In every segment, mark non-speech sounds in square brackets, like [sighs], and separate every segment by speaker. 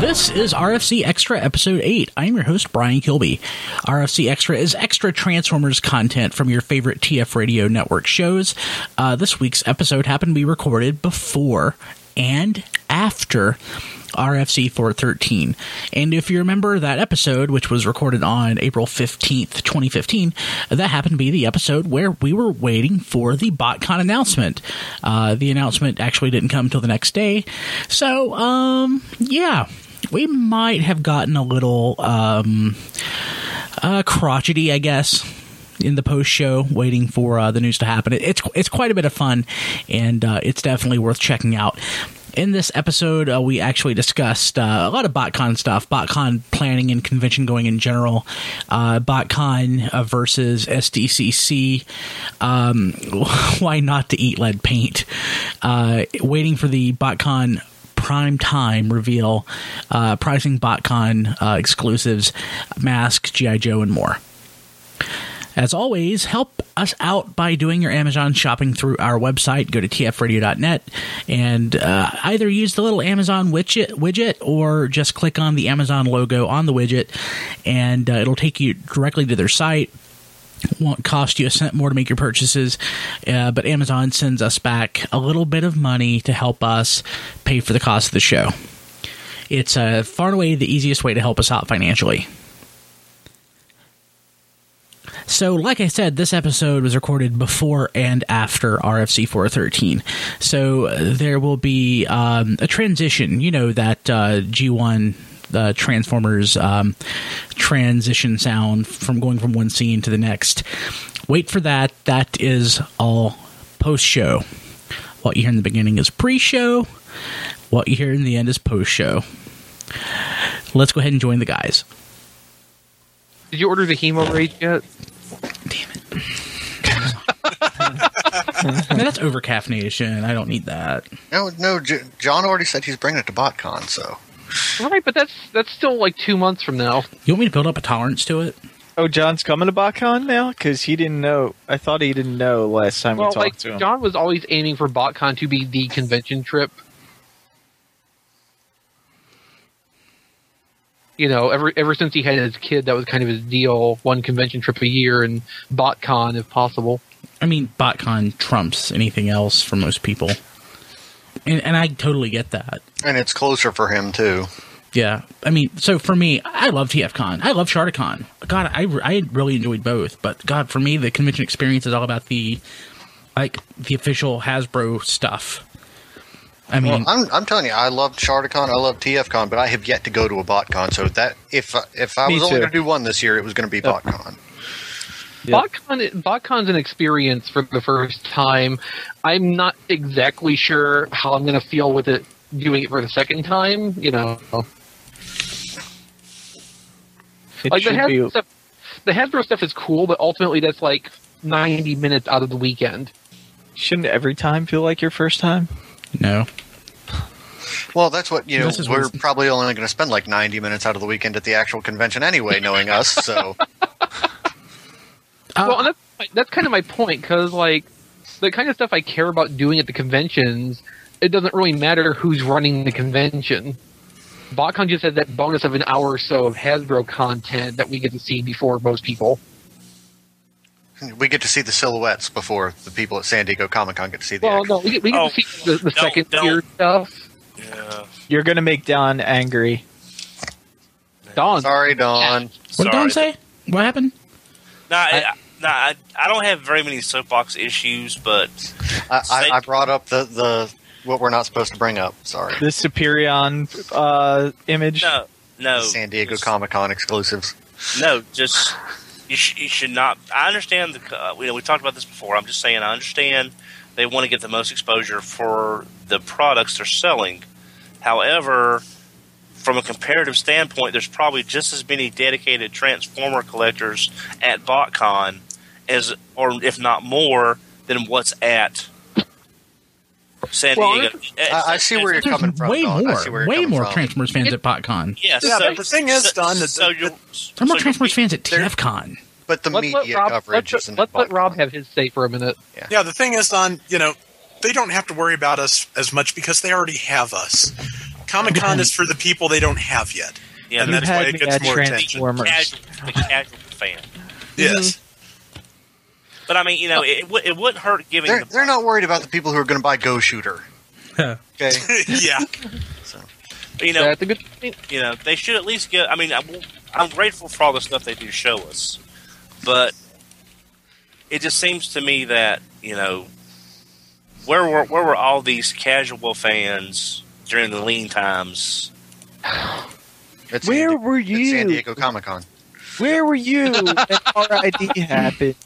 Speaker 1: This is RFC Extra Episode 8. I am your host, Brian Kilby. RFC Extra is extra Transformers content from your favorite TF Radio Network shows. Uh, this week's episode happened to be recorded before and after RFC 413. And if you remember that episode, which was recorded on April 15th, 2015, that happened to be the episode where we were waiting for the BotCon announcement. Uh, the announcement actually didn't come till the next day. So, um, yeah, we might have gotten a little, um, uh, crotchety, I guess. In the post show, waiting for uh, the news to happen, It- it's it's quite a bit of fun, and uh, it's definitely worth checking out in this episode, uh, we actually discussed uh, a lot of BotCon stuff, BotCon planning and convention going in general, uh, BotCon uh, versus SDCC, um, [laughs] why not to eat lead paint, uh, waiting for the BotCon prime time reveal, uh, pricing BotCon uh, exclusives, Mask, G.I. Joe, and more. As always, help us out by doing your Amazon shopping through our website. Go to tfradio.net and uh, either use the little Amazon widget, widget or just click on the Amazon logo on the widget, and uh, it'll take you directly to their site won't cost you a cent more to make your purchases, uh, but Amazon sends us back a little bit of money to help us pay for the cost of the show. It's uh, far and away the easiest way to help us out financially. So, like I said, this episode was recorded before and after RFC 413. So, uh, there will be um, a transition. You know, that uh, G1 uh, Transformers um, transition sound from going from one scene to the next. Wait for that. That is all post show. What you hear in the beginning is pre show, what you hear in the end is post show. Let's go ahead and join the guys.
Speaker 2: Did you order the Hemo Rage yet?
Speaker 1: Damn it. No, that's over caffeination. I don't need that.
Speaker 3: No, no. J- John already said he's bringing it to BotCon, so
Speaker 2: Right, but that's that's still like two months from now.
Speaker 1: You want me to build up a tolerance to it?
Speaker 4: Oh, John's coming to BotCon now because he didn't know. I thought he didn't know last time we
Speaker 2: Well,
Speaker 4: talked
Speaker 2: like
Speaker 4: to him.
Speaker 2: John was always aiming for BotCon to be the convention trip. You know, ever ever since he had his kid, that was kind of his deal: one convention trip a year and BotCon if possible.
Speaker 1: I mean, BotCon trumps anything else for most people. And, and I totally get that.
Speaker 3: and it's closer for him too.
Speaker 1: Yeah. I mean, so for me, I love TFCon. I love Shardicon. God, I, I really enjoyed both. But God, for me, the convention experience is all about the, like, the official Hasbro stuff. I mean,
Speaker 3: Well, I'm, I'm telling you, I loved Shardicon, I loved TFCon, but I have yet to go to a BotCon. So that if if I
Speaker 4: Me
Speaker 3: was only
Speaker 4: too.
Speaker 3: going to do one this year, it was going to be BotCon.
Speaker 4: Yeah.
Speaker 2: BotCon, BotCon's an experience for the first time. I'm not exactly sure how I'm going to feel with it doing it for the second time. You know,
Speaker 4: It
Speaker 2: like the
Speaker 4: should
Speaker 2: Hasbro
Speaker 4: be-
Speaker 2: stuff. The Hasbro stuff is cool, but ultimately that's like 90 minutes out of the weekend.
Speaker 4: shouldn't every time feel like your first time?
Speaker 1: no.
Speaker 3: Well, that's what you know.
Speaker 1: This is
Speaker 3: We're
Speaker 1: reason-
Speaker 3: probably only going to spend like 90 minutes out of the weekend at the actual convention anyway, knowing us. So [laughs]
Speaker 1: Uh,
Speaker 4: Uh,
Speaker 2: well, and that's, that's kind of my point because like the kind of stuff I care about doing at the conventions, it doesn't really matter who's running the convention. BotCon just has that bonus of an hour or so of Hasbro content that we get to see before most people.
Speaker 3: we get to see the silhouettes before the people at San Diego Comic Con get to see the.
Speaker 2: Well,
Speaker 3: actual-
Speaker 2: no, we, get- we get
Speaker 5: Oh,
Speaker 2: to see the, the
Speaker 5: don't-
Speaker 2: 2nd
Speaker 5: don't.
Speaker 2: tier stuff.
Speaker 5: Yeah.
Speaker 4: You're gonna make Don angry.
Speaker 2: Dawn,
Speaker 3: Sorry, Don.
Speaker 1: what did Don
Speaker 5: Sorry.
Speaker 1: say? What happened?
Speaker 5: Nah, I, nah, I, I don't have very many soapbox issues, but
Speaker 3: I, I,
Speaker 5: Say-
Speaker 3: I brought up the the what we're not supposed to bring up. Sorry.
Speaker 4: The Superion uh, image.
Speaker 5: no, no.
Speaker 3: San Diego
Speaker 5: Just-
Speaker 3: Comic Con exclusives.
Speaker 5: No, just you, sh- you should not. I understand the. co- Uh, you know, we talked about this before. I'm just saying, I understand they want to get the most exposure for the products they're selling. However, from a comparative standpoint, there's probably just as many dedicated Transformer collectors at BotCon as, or if not more, than what's at San
Speaker 2: Well,
Speaker 5: Diego.
Speaker 3: I, I see where you're
Speaker 1: There's
Speaker 3: coming from.
Speaker 1: way
Speaker 3: Don. I see
Speaker 1: more,
Speaker 3: where you're
Speaker 1: way
Speaker 3: coming
Speaker 1: more
Speaker 3: from.
Speaker 1: Transformers fans at PotCon.
Speaker 5: Yes.
Speaker 6: Yeah,
Speaker 5: so,
Speaker 6: but the thing is,
Speaker 5: so-
Speaker 6: Don, that-
Speaker 5: so
Speaker 1: There
Speaker 5: you're,
Speaker 1: are more
Speaker 5: so you're-
Speaker 1: Transformers fans at
Speaker 3: there-
Speaker 1: TFCon.
Speaker 3: But the
Speaker 2: let's let
Speaker 3: media
Speaker 2: Rob,
Speaker 3: coverage
Speaker 2: let's,
Speaker 3: isn't.
Speaker 2: let- let's let
Speaker 3: Baltimore.
Speaker 2: Rob have his say for a minute.
Speaker 6: Yeah, the thing is, Don, you know, they don't have to worry about us as much because they already have us. Comic Con is for the people they don't have yet.
Speaker 5: Yeah,
Speaker 6: And
Speaker 5: they're
Speaker 6: that's
Speaker 4: had
Speaker 6: why
Speaker 4: me
Speaker 6: it gets
Speaker 4: at
Speaker 6: more attention.
Speaker 5: the
Speaker 4: Transformers.
Speaker 5: casual, the casual fan.
Speaker 6: Yes. [laughs]
Speaker 5: But I mean, you know, it, it, would- it wouldn't hurt giving.
Speaker 3: They're,
Speaker 5: the,
Speaker 3: they're not worried about the people who are going to buy Go Shooter.
Speaker 7: Huh.
Speaker 3: Okay.
Speaker 6: yeah.
Speaker 3: So.
Speaker 5: You know,
Speaker 2: That's a good point.
Speaker 5: you know, they should at least get. I mean, I'm, I'm grateful for all the stuff they do show us, but it just seems to me that you know, where were where were all these casual fans during the lean times?
Speaker 3: It's
Speaker 4: Where
Speaker 3: San Di-
Speaker 4: were
Speaker 3: it's San
Speaker 4: you?
Speaker 3: Diego Comic Con.
Speaker 4: Where were you when RID happened?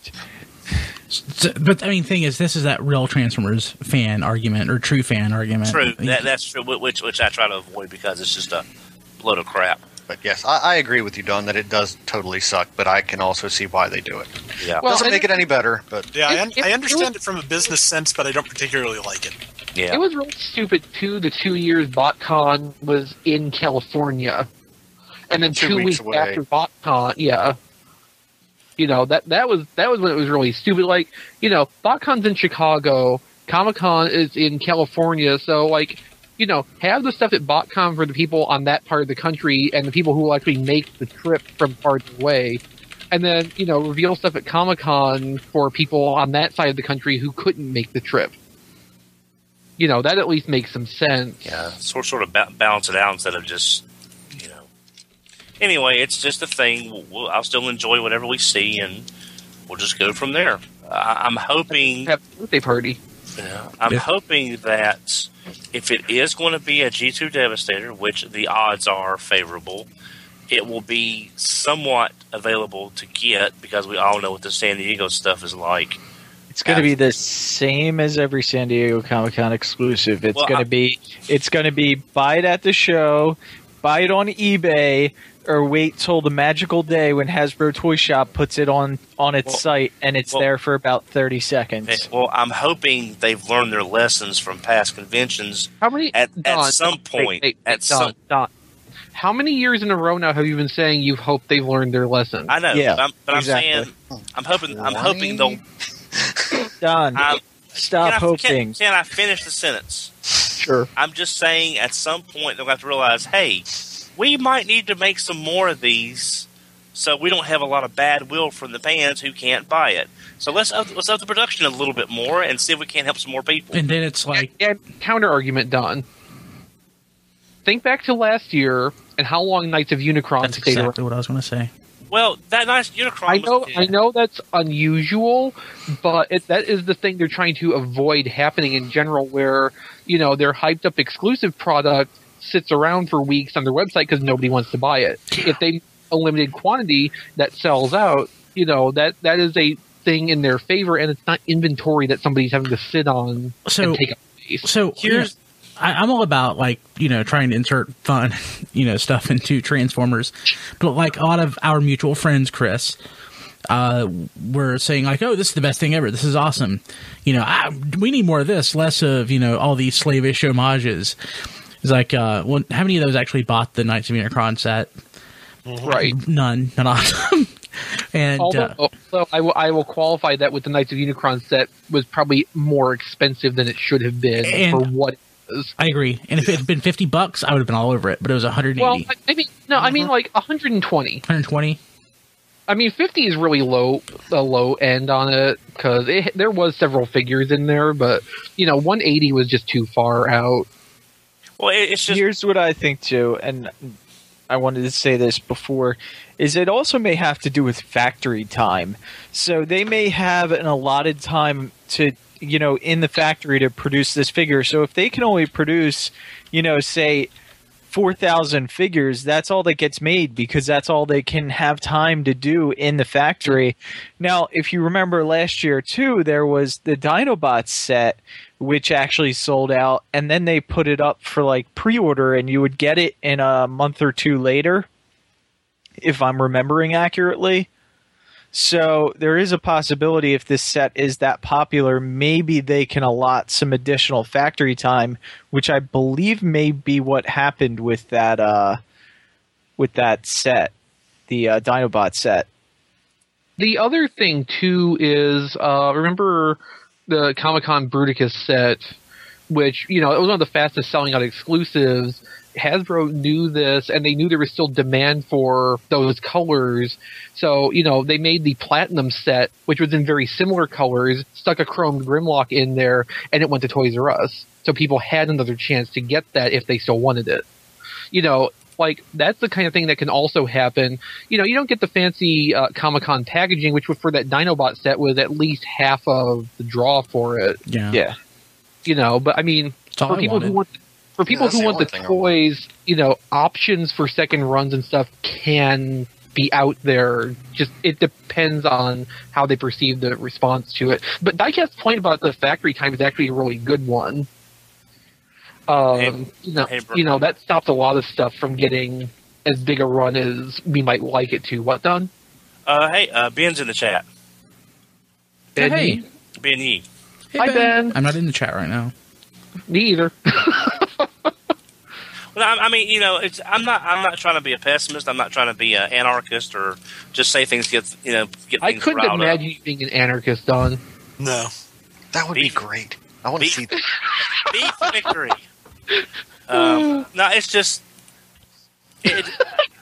Speaker 1: So- but I mean, thing is, this is that real Transformers fan argument or true fan argument.
Speaker 5: True, that, that's true. whi- Which which I try to avoid because it's just a load of crap.
Speaker 3: But yes, I, I agree with you, Don, that it does totally suck, but I can also see why they do it.
Speaker 5: Yeah,
Speaker 2: Well,
Speaker 3: Doesn't
Speaker 2: and
Speaker 3: make it any better, but
Speaker 6: Yeah, I,
Speaker 2: It-
Speaker 6: un-
Speaker 2: it-
Speaker 6: I
Speaker 2: it
Speaker 6: understand it from a business sense, but I don't particularly like it.
Speaker 5: yeah.
Speaker 2: It was really stupid too. The two years BotCon was in California, and then
Speaker 3: Two
Speaker 2: two,
Speaker 3: weeks
Speaker 2: weeks,
Speaker 3: away.
Speaker 2: after BotCon, yeah, you know that that was that was when it was really stupid. Like you know, BotCon's in Chicago, Comic Con is in California, so like you know, have the stuff at BotCon for the people on that part of the country and the people who will actually make the trip from far away. And then, you know, reveal stuff at Comic Con for people on that side of the country who couldn't make the trip you know that at least makes some sense.
Speaker 5: yeah, sort sort of ba- balance it out instead of just you know. Anyway, it's just a thing. We'll, we'll, I'll still enjoy whatever we see, and we'll just go from there. I, I'm hoping.
Speaker 2: Have a birthday party.
Speaker 5: I'm
Speaker 1: Yeah.
Speaker 5: hoping that if it is going to be a G2 Devastator, which the odds are favorable, it will be somewhat available to get because we all know what the San Diego stuff is like.
Speaker 4: It's going to be the same as every San Diego Comic Con exclusive. It's
Speaker 5: Well,
Speaker 4: going
Speaker 5: I-
Speaker 4: to be it's going to be buy it at the show, buy it on eBay, or wait till the magical day when Hasbro Toy Shop puts it on on its
Speaker 5: Well-
Speaker 4: site and it's
Speaker 5: well-
Speaker 4: there for about thirty seconds.
Speaker 5: Well, I'm hoping they've learned their lessons from past conventions
Speaker 2: How many
Speaker 5: at,
Speaker 2: Don,
Speaker 5: at some
Speaker 2: wait,
Speaker 5: point.
Speaker 2: wait,
Speaker 5: at
Speaker 2: wait,
Speaker 5: some
Speaker 2: Don, Don, how many years in a row now have you been saying you hope they've learned their lesson?
Speaker 5: I know,
Speaker 4: Yeah,
Speaker 5: but I'm, but
Speaker 4: exactly.
Speaker 5: I'm saying I'm hoping I'm hoping they'll
Speaker 4: Don,
Speaker 5: I'm,
Speaker 4: stop
Speaker 5: can I,
Speaker 4: hoping.
Speaker 5: Can, can I finish the sentence?
Speaker 4: Sure.
Speaker 5: I'm just saying at some point they'll have to realize, hey, we might need to make some more of these, so we don't have a lot of bad will from the fans who can't buy it. So let's up, let's up the production a little bit more and see if we can't help some more people.
Speaker 1: And then it's like,
Speaker 2: and counter argument, Don. Think back to last year and how long Knights of Unicron
Speaker 7: That's
Speaker 2: stayed around.
Speaker 7: exactly what I was going to say.
Speaker 5: Well, that nice Unicron.
Speaker 2: I
Speaker 5: was-
Speaker 2: know, I know that's unusual, but it, that is the thing they're trying to avoid happening in general, where you know their hyped up exclusive product sits around for weeks on their website because nobody wants to buy it. If they make a limited quantity that sells out, you know that that is a thing in their favor, and it's not inventory that somebody's having to sit on
Speaker 1: so
Speaker 2: and take up space.
Speaker 1: So
Speaker 5: Here's-
Speaker 1: here's I, I'm all about like you know trying to insert fun [laughs] you know stuff into Transformers, but like a lot of our mutual friends, Chris, uh, were saying like, oh, this is the best thing ever. This is awesome. You know, I, we need more of this, less of you know all these slavish homages. It's like, uh, well, how many of those actually bought the Knights of Unicron set?
Speaker 2: Right.
Speaker 1: None, not awesome. [laughs] and
Speaker 2: Although,
Speaker 1: uh,
Speaker 2: although I will- I will qualify that with the Knights of Unicron set was probably more expensive than it should have been
Speaker 1: And-
Speaker 2: for what it was.
Speaker 1: I agree. And if it had been fifty bucks, I would have been all over it. But it was 180,
Speaker 2: Well, I- I mean, no, I mean like 120.
Speaker 1: 120.
Speaker 2: I mean, 50 is really low, a low end on it because it, there was several figures in there, but you know, 180 was just too far out.
Speaker 5: Well, it, it's just
Speaker 4: Here's what I think too, and I wanted to say this before, is it also may have to do with factory time. So they may have an allotted time to you know in the factory to produce this figure. So if they can only produce, you know, say. 4000 figures that's all that gets made because that's all they can have time to do in the factory now if you remember last year too there was the dinobots set which actually sold out and then they put it up for like pre-order and you would get it in a month or two later if i'm remembering accurately so there is a possibility if this set is that popular maybe they can allot some additional factory time which i believe may be what happened with that uh with that set the uh, dinobot set
Speaker 2: The other thing too is uh, remember the Comic Con Bruticus set which you know it was one of the fastest selling out exclusives. Hasbro knew this, and they knew there was still demand for those colors. So you know they made the platinum set, which was in very similar colors, stuck a chrome Grimlock in there, and it went to Toys R Us. So people had another chance to get that if they still wanted it. You know, like that's the kind of thing that can also happen. You know, you don't get the fancy uh, Comic Con packaging, which was for that Dinobot set was at least half of the draw for it
Speaker 1: Yeah.
Speaker 4: Yeah.
Speaker 2: you know. But I mean,
Speaker 3: Oh,
Speaker 1: It's all
Speaker 2: for
Speaker 1: I
Speaker 2: people who
Speaker 1: wanted.
Speaker 2: want for people
Speaker 3: that's
Speaker 2: who
Speaker 3: the
Speaker 2: want the
Speaker 3: only thing I want.
Speaker 2: toys, you know, options for second runs and stuff can be out there. Just it depends on how they perceive the response to it. But Diecast's point about the factory time is actually a really good one. Um,
Speaker 5: Hey-
Speaker 2: you know,
Speaker 5: hey, Bert.
Speaker 2: you know that stopped a lot of stuff from getting as big a run as we might like it to. What done?
Speaker 5: Uh, hey, uh, Ben's in the chat.
Speaker 1: Hey,
Speaker 2: Benny?
Speaker 5: Ben E.
Speaker 1: Hey,
Speaker 2: Hi, Ben.
Speaker 1: I'm not in the chat right now.
Speaker 2: me
Speaker 4: [laughs]
Speaker 2: either.
Speaker 5: Well, I, I mean, you know, it's I'm not I'm not trying to be a pessimist. I'm not trying to be an anarchist or just say things get you know get
Speaker 2: I
Speaker 5: things
Speaker 2: couldn't
Speaker 5: riled
Speaker 2: imagine
Speaker 5: up.
Speaker 2: you being an anarchist, Don.
Speaker 6: No.
Speaker 3: That would
Speaker 5: Beef.
Speaker 3: be great. I want to
Speaker 5: Beef.
Speaker 3: see that.
Speaker 5: B for victory.
Speaker 2: [laughs]
Speaker 5: um, no, it's just. It,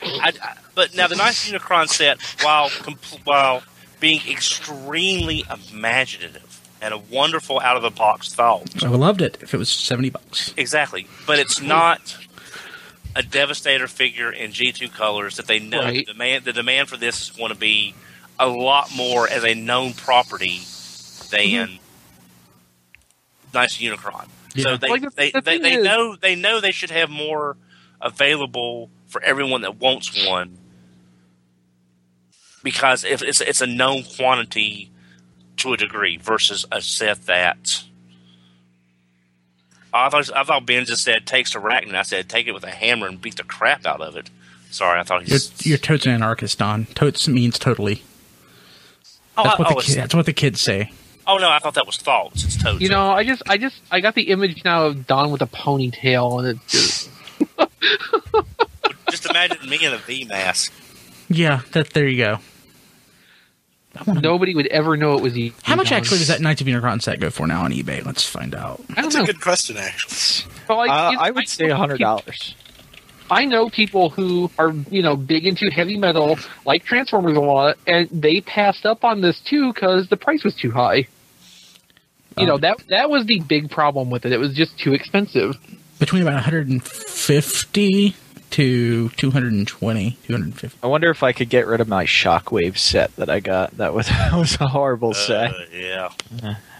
Speaker 5: I, I- but now the nice Unicron set, while compl- while being extremely imaginative and a wonderful out of the box thought,
Speaker 1: I would have loved it if it was 70 bucks.
Speaker 5: exactly. But it's
Speaker 2: Hmm.
Speaker 5: not a devastator figure in G two colors that they know
Speaker 2: Right.
Speaker 5: the demand. The demand for this is going to be a lot more as a known property
Speaker 2: Mm-hmm.
Speaker 5: than nice Unicron. So
Speaker 1: Yeah.
Speaker 5: they,
Speaker 2: Like, the-
Speaker 5: they,
Speaker 2: the
Speaker 5: they,
Speaker 2: thing
Speaker 5: they
Speaker 2: is-
Speaker 5: know they know they should have more available for everyone that wants one because if it's it's a known quantity to a degree versus a set that I thought I thought Ben just said takes a rack and I said take it with a hammer and beat the crap out of it. Sorry, I thought he
Speaker 1: You're,
Speaker 5: s-
Speaker 1: you're totes an anarchist, Don. Totes means totally.
Speaker 5: oh,
Speaker 1: That's what,
Speaker 5: I-
Speaker 1: the
Speaker 5: oh,
Speaker 1: ki-
Speaker 5: it's-
Speaker 1: that's what the kids say.
Speaker 5: oh, no, I thought that was thoughts. It's toads.
Speaker 2: You know, I just, I just, I got the image now of Don with a ponytail, and it's just,
Speaker 5: just imagine me in a V
Speaker 1: [laughs]
Speaker 5: mask.
Speaker 1: Yeah, that. there you go.
Speaker 2: nobody would ever know it was you.
Speaker 1: How much
Speaker 2: Don.
Speaker 1: actually does that Knights of Unicron set go for now on eBay? Let's find out.
Speaker 2: I don't
Speaker 6: That's a
Speaker 2: know.
Speaker 6: good question, actually.
Speaker 2: But, like,
Speaker 4: Uh,
Speaker 2: it's-
Speaker 4: I would say
Speaker 2: know
Speaker 4: hundred
Speaker 2: people-
Speaker 4: dollars.
Speaker 2: I know people who are, you know, big into heavy metal, like Transformers a lot, and they passed up on this too because the price was too high. You know
Speaker 1: Um,
Speaker 2: that that was the big problem with it. It was just too expensive.
Speaker 1: Between about 150 to 220, 250.
Speaker 4: I wonder if I could get rid of my Shockwave set that I got. That was [laughs] that was a horrible set.
Speaker 5: Uh, yeah.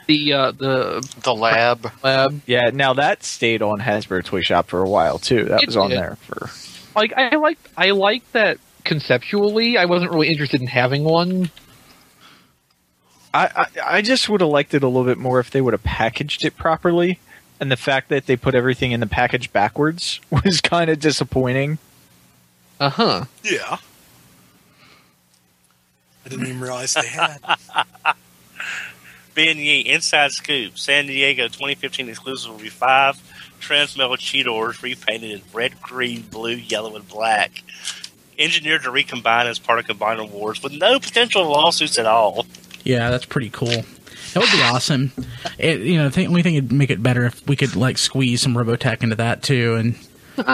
Speaker 2: The uh, the
Speaker 3: The lab.
Speaker 2: lab
Speaker 4: Yeah, now that stayed on Hasbro Toy Shop for a while too. That
Speaker 2: It
Speaker 4: was on
Speaker 2: did.
Speaker 4: there for
Speaker 2: like I liked I liked that conceptually. I wasn't really interested in having one.
Speaker 4: I, I I just would have liked it a little bit more if they would have packaged it properly. And the fact that they put everything in the package backwards [laughs] was kind of disappointing.
Speaker 2: Uh huh.
Speaker 6: Yeah. I didn't even realize they had.
Speaker 5: Ben Yee, Inside Scoop, San Diego 2015 exclusive will be five Transmetal Cheetos repainted in red, green, blue, yellow, and black. Engineered to recombine as part of Combiner Wars with no potential lawsuits at all.
Speaker 1: Yeah, that's pretty cool. That would be awesome. It, you know, the only thing would make it better if we could like squeeze some Robotech into that too,
Speaker 5: [laughs]
Speaker 1: and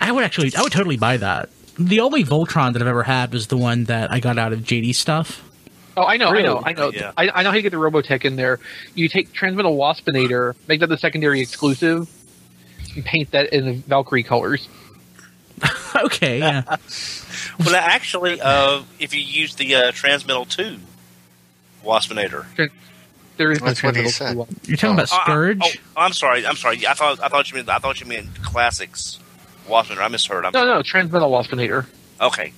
Speaker 1: I would actually, I would totally buy that. The only Voltron that I've ever had was the one that I got out of JD stuff. [laughs]
Speaker 2: Oh, I know, I know,
Speaker 4: Really?
Speaker 2: I know.
Speaker 5: Yeah.
Speaker 2: I, I know how you get the Robotech in there. You take Transmetal Waspinator, make that the secondary exclusive, and paint that in the Valkyrie colors.
Speaker 1: okay, yeah,
Speaker 5: Well, actually, uh, if you use the uh, Transmetal 2 Waspinator.
Speaker 2: There is
Speaker 3: That's
Speaker 2: no
Speaker 3: what he
Speaker 2: Transmetal
Speaker 3: said.
Speaker 2: Blue one.
Speaker 1: you're talking about
Speaker 5: Uh, uh,
Speaker 1: Scourge.
Speaker 5: oh, I'm sorry. I'm sorry. I thought I thought you meant I thought you meant classics Waspinator. I misheard. I'm,
Speaker 2: No, no, Transmetal Waspinator
Speaker 5: Okay.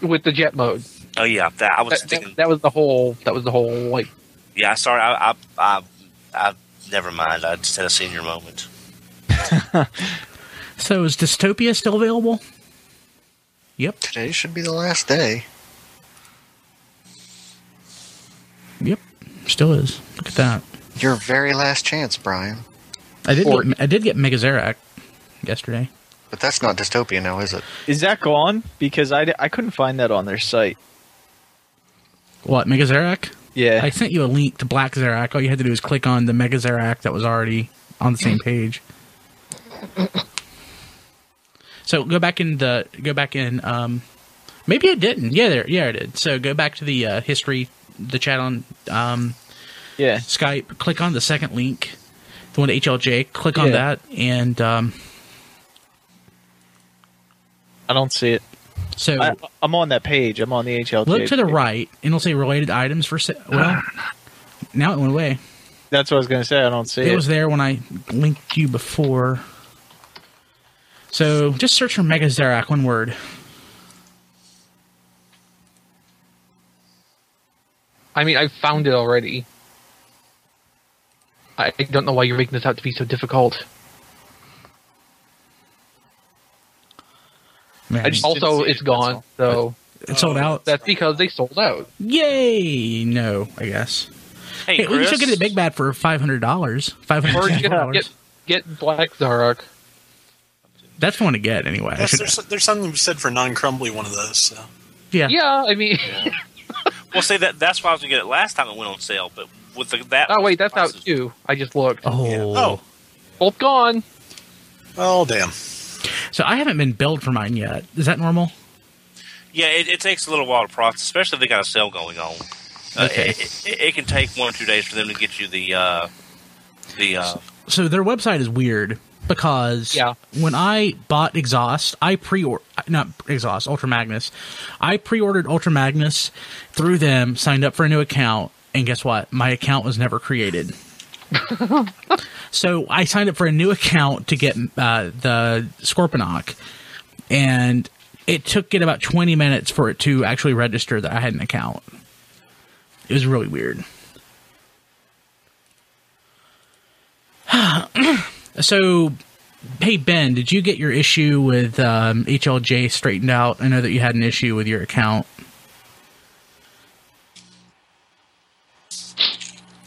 Speaker 2: with the jet mode.
Speaker 5: Oh yeah, that, I was
Speaker 2: That,
Speaker 5: thinking.
Speaker 2: that, that was the whole. That was the whole like.
Speaker 5: Yeah, sorry. I, I, I, I, never mind. I just had a senior moment.
Speaker 1: So is Dystopia still available? Yep,
Speaker 3: Today should be the last day.
Speaker 1: yep, still is. Look at that.
Speaker 3: Your very last chance, Brian.
Speaker 1: I did,
Speaker 2: Or-
Speaker 1: get, I did get Megazarak yesterday.
Speaker 3: But that's not dystopia now, is it?
Speaker 4: Is that gone? Because I, I couldn't find that on their site.
Speaker 1: What Megazarak?
Speaker 4: Yeah.
Speaker 1: I sent you a link to Black Xerac. All you had to do was click on the Mega Xerac that was already on the same page. So go back in the go back in. Um, maybe I didn't. Yeah, there. Yeah, I did. So go back to the uh, history, the chat on um,
Speaker 4: yeah.
Speaker 1: Skype. Click on the second link, the one to HLJ. Click on
Speaker 4: Yeah.
Speaker 1: that, and um,
Speaker 4: I don't see it.
Speaker 1: so
Speaker 4: I, I'm on that page. I'm on the HLJ.
Speaker 1: look to the
Speaker 4: page.
Speaker 1: right, and it'll say related items for. Sa- well,
Speaker 4: [sighs]
Speaker 1: now it went away.
Speaker 4: That's what I was gonna say. I don't see
Speaker 1: It
Speaker 4: it.
Speaker 1: was there when I linked you before. So just search for Mega Zerac, one word.
Speaker 2: I mean, I found it already. I I don't know why you're making this out to be so difficult.
Speaker 1: Man,
Speaker 2: I just,
Speaker 4: didn't
Speaker 2: also,
Speaker 4: see it,
Speaker 2: it's gone, so
Speaker 1: it sold out.
Speaker 2: that's because they sold out.
Speaker 1: Yay! No, I guess.
Speaker 5: Hey,
Speaker 1: Hey, we
Speaker 5: Chris.
Speaker 1: should get a Big Bad for five hundred dollars. Five
Speaker 2: Or
Speaker 1: hundred
Speaker 2: get,
Speaker 1: dollars.
Speaker 2: get, get Black Zarok.
Speaker 1: That's the one to get anyway. I
Speaker 6: Yes,
Speaker 1: should-
Speaker 6: there's, there's something to be said for non-crumbly one of those. So.
Speaker 1: [laughs] yeah.
Speaker 2: Yeah, I mean,
Speaker 5: Well, see that that's why I was gonna get it last time it went on sale, but with the, that.
Speaker 2: [laughs] oh wait, that's out
Speaker 5: prices-
Speaker 2: too. I just looked.
Speaker 1: Oh.
Speaker 6: Oh,
Speaker 2: Both gone.
Speaker 6: oh, damn.
Speaker 1: So I haven't been billed for mine yet. Is that normal?
Speaker 5: Yeah, it, it takes a little while to process, especially if they got a sale going on. Uh,
Speaker 1: Okay.
Speaker 5: it, it, it can take one or two days for them to get you the uh, the uh,
Speaker 1: so their website is weird because
Speaker 2: Yeah.
Speaker 1: when I bought Exhaust, I pre or not Exhaust, Ultra Magnus, I pre ordered Ultra Magnus through them, signed up for a new account, and guess what? My account was never created. so I signed up for a new account to get uh, the Scorponok, and it took it about 20 minutes for it to actually register that I had an account. It was really weird. So, hey Ben, did you get your issue with um, HLJ straightened out? I know that you had an issue with your account.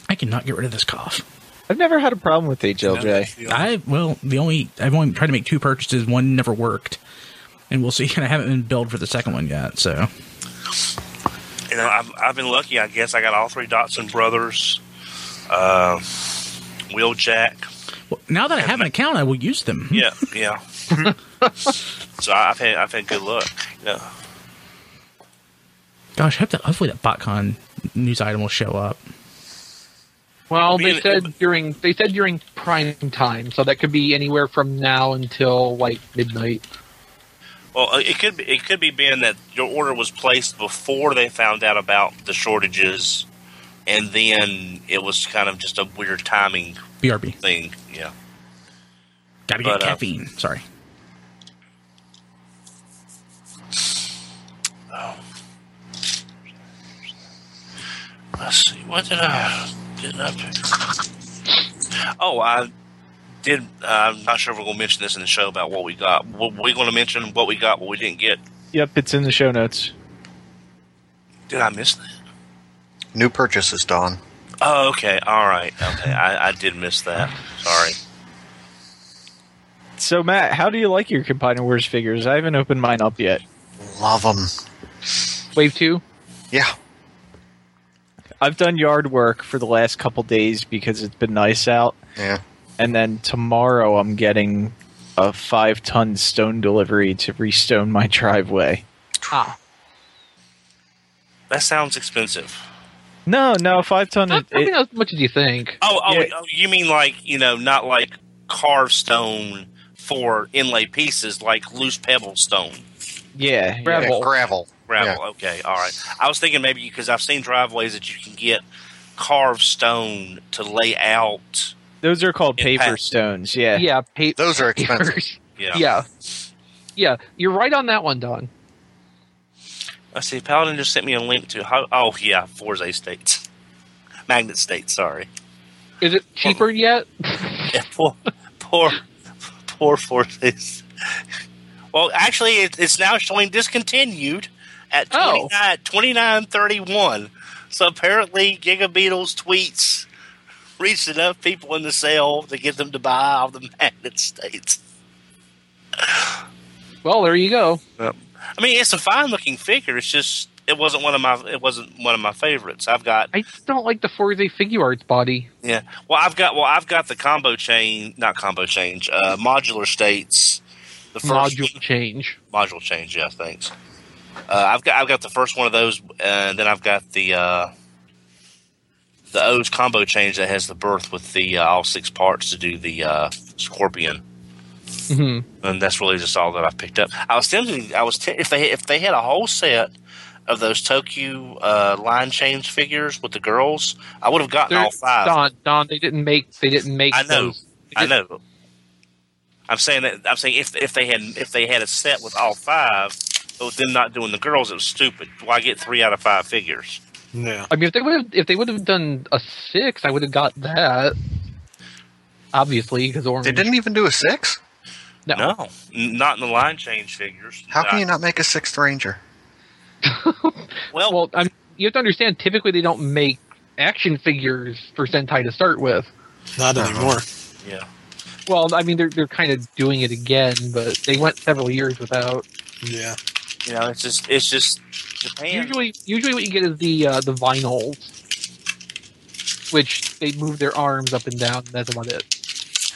Speaker 1: I cannot get rid of this cough.
Speaker 4: I've never had a problem with HLJ.
Speaker 1: I well, the only I've only tried to make two purchases. One never worked, and we'll see. [laughs] And I haven't been billed for the second one yet. So
Speaker 5: you know, I've, I've been lucky, I guess. I got all three Dotson brothers, uh, Wheeljack.
Speaker 1: well, now that I have an account, I will use them.
Speaker 5: Yeah, yeah. so I've had I've had good luck. Yeah,
Speaker 1: Gosh, I hope that hopefully that BotCon news item will show up.
Speaker 2: Well,
Speaker 5: mean,
Speaker 2: they
Speaker 5: it-
Speaker 2: said during they said during prime time, so that could be anywhere from now until like midnight.
Speaker 5: Well, uh, it could be, it could be being that your order was placed before they found out about the shortages, and then it was kind of just a weird timing
Speaker 1: BRB.
Speaker 5: thing. Yeah.
Speaker 1: Gotta get
Speaker 5: But, uh,
Speaker 1: caffeine. Sorry.
Speaker 5: Let's see. What did I did I pick? Oh, I did. Uh, I'm not sure if we're going to mention this in the show about what we got. We're going to mention what we got, what we didn't get.
Speaker 4: Yep, it's in the show notes.
Speaker 5: Did I miss that?
Speaker 3: New purchases, Don.
Speaker 5: Oh, okay. All right. Okay. I, I did miss that. Sorry.
Speaker 4: So Matt, how do you like your Combiner Wars figures? I haven't opened mine up yet.
Speaker 3: Love them.
Speaker 2: Wave two.
Speaker 3: Yeah.
Speaker 4: I've done yard work for the last couple days because it's been nice out,
Speaker 3: Yeah.
Speaker 4: and then tomorrow I'm getting a five ton stone delivery to restone my driveway.
Speaker 2: Ah,
Speaker 5: That sounds expensive.
Speaker 4: No, no, five ton.
Speaker 2: not,
Speaker 4: It,
Speaker 2: probably
Speaker 4: it,
Speaker 2: not as much as you think.
Speaker 5: Oh, oh,
Speaker 4: Yeah.
Speaker 5: oh, you mean like you know, not like carved stone for inlay pieces, like loose pebble stone.
Speaker 4: yeah, yeah.
Speaker 2: Gravel.
Speaker 3: Yeah, gravel.
Speaker 5: Gravel. Okay. All right. I was thinking maybe because I've seen driveways that you can get carved stone to lay out.
Speaker 4: Those are called
Speaker 5: Impact.
Speaker 4: paper stones. Yeah.
Speaker 2: Yeah, pa-
Speaker 3: Those are expensive.
Speaker 2: papers.
Speaker 5: You know.
Speaker 2: Yeah, yeah, you're right on that one, Don.
Speaker 5: Let's see. Paladin just sent me a link to how. Oh yeah, Forza states, [laughs] magnet states. Sorry.
Speaker 2: Is it cheaper yet? [laughs]
Speaker 5: Yeah, poor, poor, poor Forza. Well, actually, it, it's now showing discontinued at
Speaker 2: Oh.
Speaker 5: 29 29.31. So apparently, Gigabeetle's tweets reached enough people in the sale to get them to buy all the magnet states.
Speaker 2: Well, there you go.
Speaker 5: I mean, it's a fine looking figure. It's just it wasn't one of my it wasn't one of my favorites. I've got
Speaker 2: I just don't like the Forza figure arts body.
Speaker 5: yeah. Well, I've got well, I've got the combo chain, not combo change, uh, modular states. The first
Speaker 2: Module change.
Speaker 5: module change. Yeah, thanks. Uh, I've got I've got the first one of those, and then I've got the uh, the O's combo change that has the birth with the uh, all six parts to do the uh, scorpion,
Speaker 2: hmm
Speaker 5: and that's really just all that I've picked up. I was tempted. I was t- if they if they had a whole set of those Tokyo uh, line change figures with the girls, I would have gotten all five.
Speaker 2: Don, Don, they didn't make. They didn't make.
Speaker 5: I know.
Speaker 2: Those. They
Speaker 5: I
Speaker 2: didn't-
Speaker 5: know. I'm saying that I'm saying if if they had if they had a set with all five, but with them not doing the girls, it was stupid. Why get three out of five figures?
Speaker 6: Yeah.
Speaker 2: I mean, if they would have, if they would have done a six, I would have got that. Obviously, because orange.
Speaker 3: They didn't even do a six.
Speaker 2: No.
Speaker 5: No, N- not in the line change figures.
Speaker 3: How can you not make a sixth ranger?
Speaker 5: Well,
Speaker 2: Well, I'm, you have to understand. Typically, they don't make action figures for Sentai to start with.
Speaker 6: Not anymore.
Speaker 5: yeah.
Speaker 2: Well, I mean, they're they're kind of doing it again, but they went several years without.
Speaker 6: Yeah.
Speaker 5: You know, it's just it's just Japan.
Speaker 2: Usually, usually what you get is the uh, the vinyls, which they move their arms up and down. And that's about it.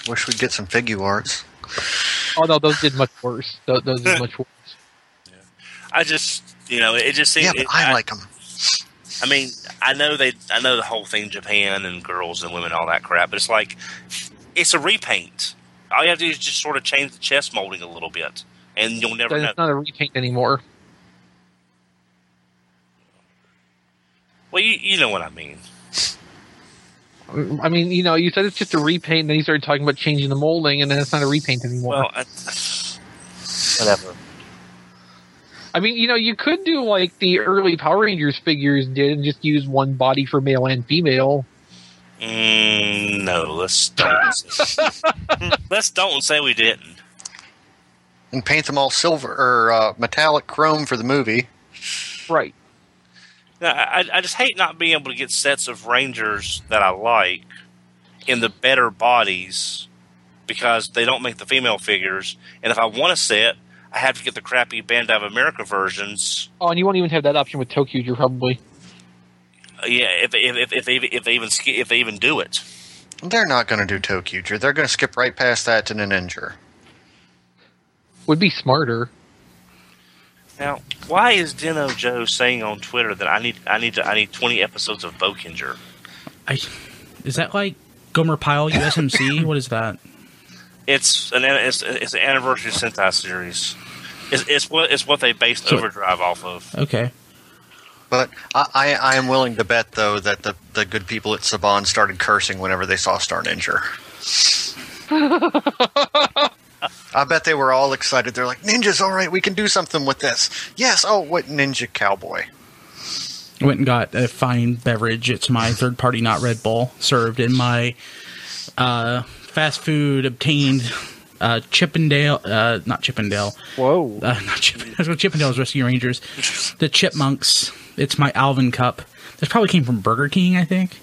Speaker 3: Wish we'd get some figure arts.
Speaker 2: Although those did much worse. Those, those
Speaker 5: [laughs]
Speaker 2: did much worse.
Speaker 5: I just you know it just seems.
Speaker 3: Yeah, but
Speaker 5: it-
Speaker 3: I like them.
Speaker 5: I mean, I know they, I know the whole thing, Japan and girls and women, all that crap. But it's like, it's a repaint. All you have to do is just sort of change the chest molding a little bit, and you'll never
Speaker 2: Then
Speaker 5: know.
Speaker 2: it's not a repaint anymore.
Speaker 5: well, you, you know what I mean.
Speaker 2: I mean, you know, you said it's just a repaint, and then you started talking about changing the molding, and then it's not a repaint anymore.
Speaker 5: Well, I, whatever.
Speaker 2: I mean, you know, you could do like the early Power Rangers figures did and just use one body for male and female.
Speaker 5: Mm, no, let's don't. let's don't say we didn't.
Speaker 3: And paint them all silver or uh, metallic chrome for the movie.
Speaker 2: Right.
Speaker 5: No, I, I just hate not being able to get sets of Rangers that I like in the better bodies because they don't make the female figures. And if I want a set, I have to get the crappy Band of America versions.
Speaker 2: Oh, and you won't even have that option with Tokyo, probably.
Speaker 5: Uh, Yeah, if if if, if, they, if they even sk- if they even do it,
Speaker 3: They're not going to do Tokuger. They're going to skip right past that to Ninja.
Speaker 2: Would be smarter.
Speaker 5: Now, why is Deno Joe saying on Twitter that I need I need to, I need twenty episodes of Bokinger?
Speaker 1: I, is that like Gomer Pyle [coughs] USMC? what is that?
Speaker 5: It's an it's, it's an anniversary Sentai series. It's, it's what it's what they based
Speaker 1: So-
Speaker 5: Overdrive
Speaker 3: [laughs]
Speaker 5: off of.
Speaker 1: Okay.
Speaker 3: But I, I, I am willing to bet, though, that the, the good people at Saban started cursing whenever they saw Star
Speaker 5: [laughs]
Speaker 3: Ninja. I bet they were all excited. They're like, Ninja's all right. We can do something with this. Yes. Oh, what Ninja Cowboy?
Speaker 1: I went and got a fine beverage. It's my third party, not Red Bull, served in my uh, fast food obtained uh, Chippendale, uh, not Chippendale,
Speaker 4: Whoa.
Speaker 1: uh, [laughs] not Chippendale, Chippendale's Rescue Rangers, the Chipmunks. It's my Alvin cup. This probably came from Burger King, I think.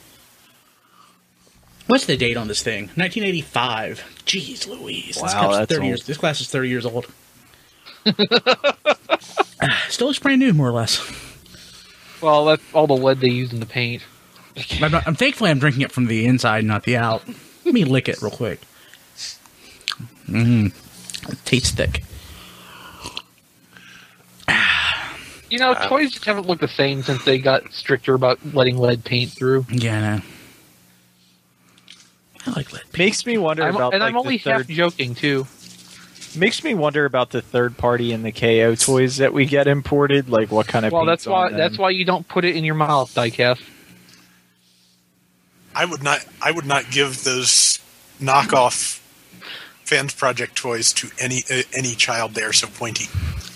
Speaker 1: What's the date on this thing? 1985. Jeez, Louise. this
Speaker 4: Wow,
Speaker 1: cup's
Speaker 4: that's
Speaker 1: 30 years.
Speaker 4: old.
Speaker 1: This glass is 30 years
Speaker 4: [laughs]
Speaker 1: old. [sighs] Still looks brand new, more or less.
Speaker 2: Well, that's all the lead they used in the paint.
Speaker 1: I'm, not, I'm thankfully I'm drinking it from the inside, not the out. Let me lick it real quick. Mmm, It tastes thick.
Speaker 2: You know,
Speaker 5: Uh,
Speaker 2: toys just haven't looked the same since they got stricter about letting lead paint through.
Speaker 1: Yeah, I know. I like lead. paint.
Speaker 4: Makes me wonder
Speaker 2: I'm-
Speaker 4: about
Speaker 2: and
Speaker 4: like,
Speaker 2: I'm only
Speaker 4: the third.
Speaker 2: half joking too.
Speaker 4: Makes me wonder about the third party and the KO toys that we get imported. Like what kind of?
Speaker 2: Well, that's
Speaker 4: paint's on
Speaker 2: why
Speaker 4: them.
Speaker 2: that's why you don't put it in your mouth, Diecast.
Speaker 6: I would not. I would not give those knockoff fans project toys to any uh, any child. They are so pointy.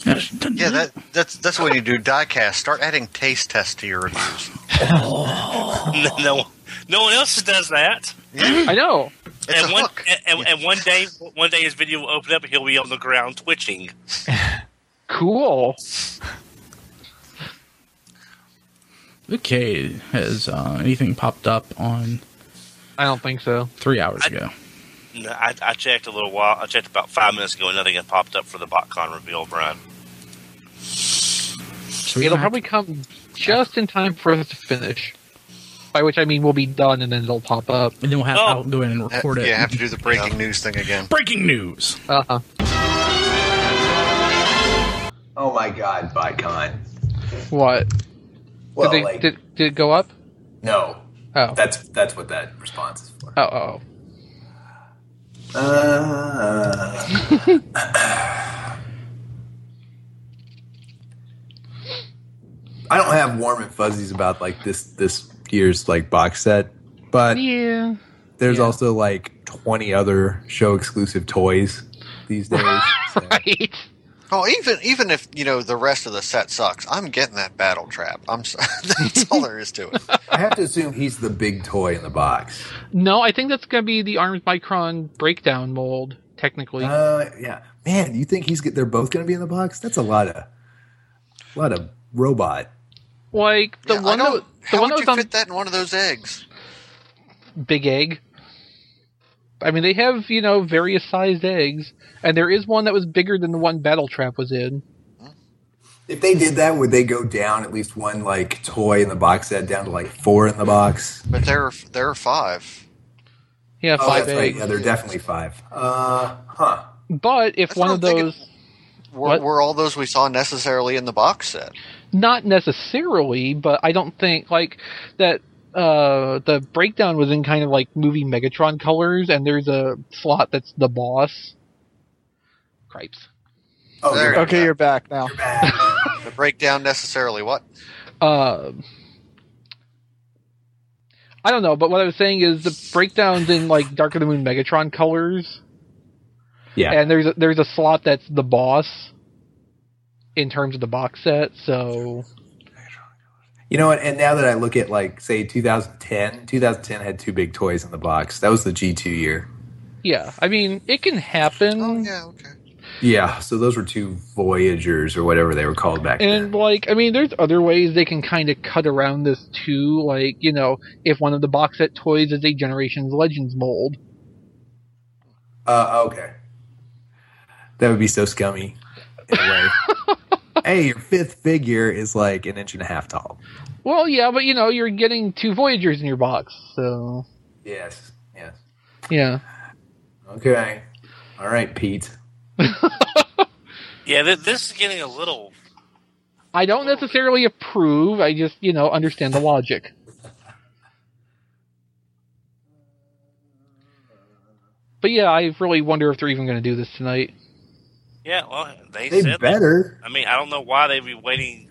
Speaker 3: Yeah, that, that's that's what you do. Diecast. Start adding taste tests to your reviews.
Speaker 5: No, [laughs] no, no one else does that.
Speaker 2: I know.
Speaker 3: It's
Speaker 5: and
Speaker 3: a
Speaker 5: one
Speaker 3: hook.
Speaker 5: and- and, and one day, one day his video will open up and he'll be on the ground twitching.
Speaker 2: Cool.
Speaker 1: Okay, has uh, anything popped up on
Speaker 2: I don't think so.
Speaker 1: three hours
Speaker 5: I-
Speaker 1: ago?
Speaker 5: No, I, I checked a little while. I checked about five minutes ago, and nothing had popped up for the BotCon reveal, Brian.
Speaker 1: Sweet
Speaker 2: It'll
Speaker 1: Mac.
Speaker 2: probably come just in time for us to finish. By which I mean we'll be done and then it'll pop up.
Speaker 1: and then we'll have
Speaker 5: Oh.
Speaker 1: I'll go in and record
Speaker 3: yeah,
Speaker 1: it.
Speaker 2: [laughs]
Speaker 3: have to do the breaking news thing again.
Speaker 1: Breaking news.
Speaker 2: Uh-huh.
Speaker 7: Oh my god, Bicon.
Speaker 2: What?
Speaker 7: Well,
Speaker 2: did, they,
Speaker 7: like,
Speaker 2: did, did it go up?
Speaker 7: no.
Speaker 2: Oh.
Speaker 7: That's that's what that response is for.
Speaker 2: oh, oh.
Speaker 7: Uh, [laughs] I don't have warm and fuzzies about like this this year's like box set, but
Speaker 2: Yeah.
Speaker 7: there's
Speaker 2: Yeah.
Speaker 7: also like 20 other show exclusive toys
Speaker 2: [laughs]
Speaker 7: these days. so-
Speaker 2: Right.
Speaker 3: Oh, even even if you know the rest of the set sucks, I'm getting that battle trap. I'm so, [laughs] that's all there is to
Speaker 2: [laughs]
Speaker 3: it.
Speaker 7: I have to assume he's the big toy in the box.
Speaker 2: No, I think that's going to be the Arms Micron breakdown mold, technically.
Speaker 7: Uh, yeah, man, you think he's get, they're both going to be in the box? That's a lot of a lot of robot.
Speaker 2: like, the
Speaker 3: Yeah, I
Speaker 2: one that,
Speaker 3: don't-
Speaker 2: was- the
Speaker 3: How
Speaker 2: one
Speaker 3: would
Speaker 2: that
Speaker 3: you
Speaker 2: was on
Speaker 3: fit that in one of those eggs?
Speaker 2: Big Egg. I mean, they have, you know, various sized eggs, and there is one that was bigger than the one Battle Trap was in.
Speaker 7: If they did that, would they go down at least one like toy in the box set down to like four in the box?
Speaker 3: But there are there are five.
Speaker 2: Yeah,
Speaker 7: Oh,
Speaker 2: five
Speaker 7: that's right.
Speaker 2: eggs.
Speaker 7: Yeah, they're definitely five. Uh, huh.
Speaker 2: But if
Speaker 3: That's
Speaker 2: one
Speaker 3: what
Speaker 2: of
Speaker 3: I'm thinking.
Speaker 2: those,
Speaker 3: Were,
Speaker 2: What?
Speaker 3: were all those we saw necessarily in the box set?
Speaker 2: not necessarily, but I don't think like that. Uh, the breakdown was in kind of like movie Megatron colors, and there's a slot that's the boss. Cripes.
Speaker 7: Oh,
Speaker 3: There.
Speaker 7: you're
Speaker 4: Okay, you're back now.
Speaker 7: back.
Speaker 3: The breakdown necessarily what?
Speaker 2: Uh, I don't know, but what I was saying is the breakdowns in like Dark of the Moon Megatron colors,
Speaker 7: [laughs] yeah.
Speaker 2: and there's a, there's a slot that's the boss in terms of the box set. So
Speaker 7: You know what? And now that I look at like say 2010, 2010 had two big toys in the box. That was the G2 year.
Speaker 2: yeah, I mean it can happen.
Speaker 3: Oh yeah, okay.
Speaker 7: Yeah. So those were two Voyagers or whatever they were called back
Speaker 2: And
Speaker 7: then.
Speaker 2: like, I mean, there's other ways they can kind of cut around this too. Like, you know, if one of the box set toys is a Generations Legends mold,
Speaker 7: Uh, okay. That would be so scummy. in a way. hey, your fifth figure is like an inch and a half tall.
Speaker 2: well, yeah, but you know, you're getting two Voyagers in your box, so
Speaker 7: Yes. Yes.
Speaker 2: yeah.
Speaker 7: Okay. All right, Pete.
Speaker 5: Yeah, th- this is getting a little.
Speaker 2: I don't necessarily approve. I just, you know, understand the logic. But yeah, I really wonder if they're even going to do this tonight.
Speaker 5: Yeah, well, they,
Speaker 7: They
Speaker 5: said.
Speaker 7: better.
Speaker 5: I mean, I don't know why they'd be waiting.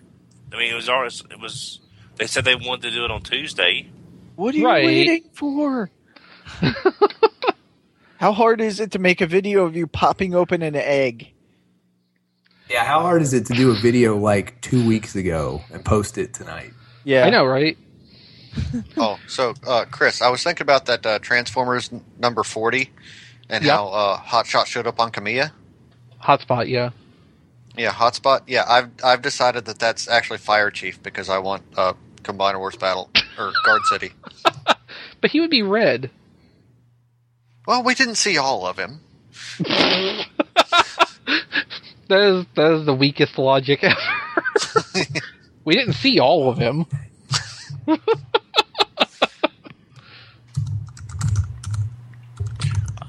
Speaker 5: I mean, it was ours. It was. They said they wanted to do it on Tuesday.
Speaker 4: What are you
Speaker 2: Right.
Speaker 4: waiting for? How hard is it to make a video of you popping open an egg?
Speaker 7: Yeah, how hard is it to do a video like two weeks ago and post it tonight?
Speaker 4: Yeah,
Speaker 2: I know, right?
Speaker 3: Oh, so uh, Chris, I was thinking about that uh, Transformers n- number forty, and
Speaker 2: Yeah.
Speaker 3: how uh, Hot Shot showed up on Camilla.
Speaker 2: Hotspot, yeah.
Speaker 3: Yeah, Hotspot. Yeah, I've I've decided that that's actually Fire Chief because I want uh, Combined Wars Battle or Guard City.
Speaker 2: But he would be red.
Speaker 3: Well, we didn't see all of him.
Speaker 2: That is that is the weakest logic
Speaker 7: [laughs]
Speaker 2: ever. we didn't see all of him.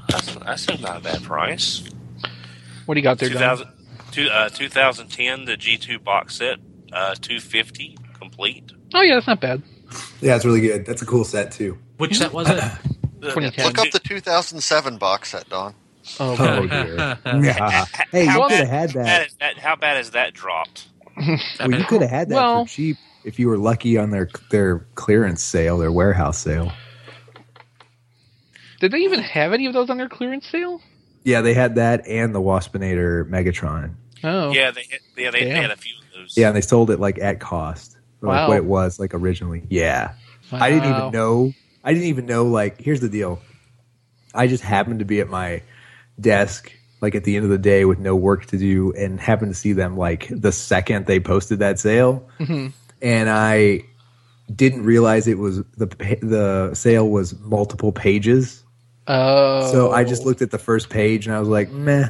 Speaker 5: That's, that's not a bad price.
Speaker 2: What do you got there, Don?
Speaker 5: 2000, two, uh, 2010, the G2 box set, uh, 250 complete.
Speaker 2: Oh yeah, that's not bad.
Speaker 7: Yeah, it's really good. That's a cool set too.
Speaker 1: Which set was it?
Speaker 5: The-
Speaker 2: 2010.
Speaker 3: Look up the 2007 box set, Don.
Speaker 2: Oh,
Speaker 7: [laughs]
Speaker 2: God.
Speaker 7: Oh
Speaker 8: [laughs]
Speaker 7: dear.
Speaker 1: Uh,
Speaker 7: Yeah. Hey,
Speaker 5: How bad-
Speaker 7: you could have had
Speaker 5: bad
Speaker 7: that.
Speaker 5: is that. How bad is that dropped?
Speaker 7: Well, you could have had that
Speaker 2: Well-
Speaker 7: for cheap if you were lucky on their their clearance sale, their warehouse sale.
Speaker 2: Did they even have any of those on their clearance sale?
Speaker 7: Yeah, they had that and the Waspinator Megatron.
Speaker 2: Oh,
Speaker 5: Yeah, they hit, yeah, they, they
Speaker 2: Damn.
Speaker 5: had a few of those.
Speaker 7: Yeah, and they sold it like at cost, or, like
Speaker 2: Wow.
Speaker 7: what it was like originally. Yeah, I didn't
Speaker 2: Wow.
Speaker 7: even know. I didn't even know. Like, here's the deal. I just happened to be at my desk, like at the end of the day, with no work to do, and happened to see them like the second they posted that sale, and I didn't realize it was the pa- the sale was multiple pages.
Speaker 2: Oh,
Speaker 7: So I just looked at the first page and I was like,
Speaker 2: Hmm. Mm.
Speaker 5: [laughs]
Speaker 7: meh.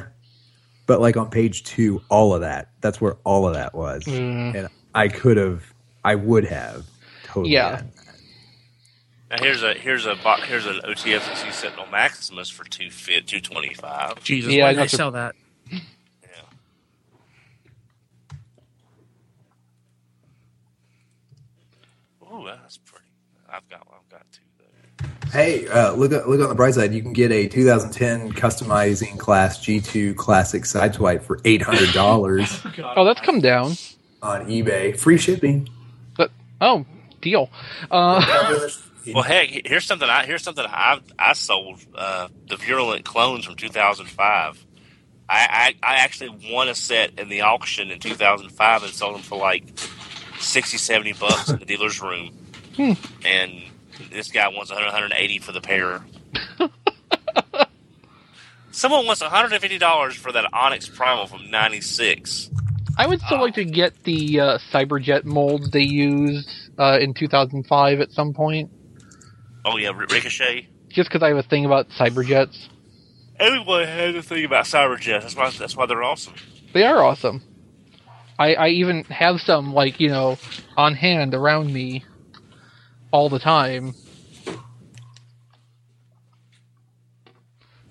Speaker 7: But like on page two, all of that. That's where all of that was. And I could have, I would have totally.
Speaker 2: Yeah.
Speaker 7: gotten that.
Speaker 5: Now here's a here's a bo- here's an OTFC Sentinel Maximus for two fit two twenty five.
Speaker 8: Jesus,
Speaker 2: Yeah,
Speaker 8: why did I
Speaker 2: that's a-
Speaker 8: sell that?
Speaker 5: Ooh, that's pretty. I've got I've got two though.
Speaker 7: Hey, uh, look look on the bright side. You can get a 2010 customizing class G2 classic sideswipe for eight
Speaker 5: [laughs]
Speaker 7: hundred dollars
Speaker 2: Oh, that's come down.
Speaker 7: on eBay.
Speaker 5: [laughs]
Speaker 7: Free shipping. Oh,
Speaker 2: But oh, deal. Uh, [laughs]
Speaker 5: Well, heck, here's something I here's something I I sold uh, the virulent clones from 2005. I, I I actually won a set in the auction in 2005 and sold them for like 60, 70 bucks in the dealer's room, and this guy wants 100, 180 for the pair. Someone wants 150 dollars for that Onyx Primal from '96.
Speaker 2: I would still like to get the uh, Cyberjet molds they used uh, in 2005 at some point,
Speaker 5: Oh yeah, Ri- Ricochet.
Speaker 2: just because I have a thing about Cyberjets.
Speaker 5: Everyone has a thing about Cyberjet. That's why that's why they're awesome.
Speaker 2: They are awesome. I, I even have some like you know on hand around me all the time.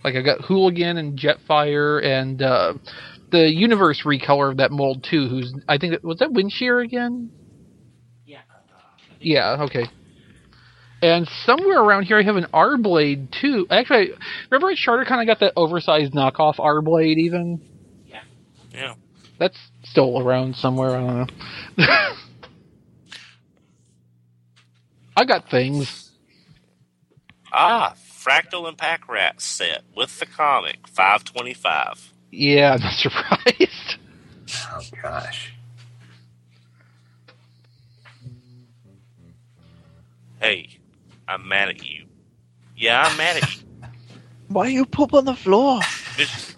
Speaker 2: Like I got Hooligan and Jetfire and uh, the Universe recolor of that mold too. Who's I think that- was that Windshear again? Yeah. Yeah. Okay. And somewhere around here, I have an R Blade too. Actually, remember at Charter kind of got that oversized knockoff R Blade even.
Speaker 5: Yeah.
Speaker 2: That's still around somewhere. I don't know. [laughs] I got things.
Speaker 5: Ah, Fractal and Pack Rat set with the comic, five twenty five.
Speaker 2: Yeah, I'm not [laughs] surprised.
Speaker 7: Oh gosh.
Speaker 5: Hey, I'm mad at you. Yeah, I'm
Speaker 2: [laughs]
Speaker 5: mad at you,
Speaker 4: Why you poop on the floor?
Speaker 5: Mr.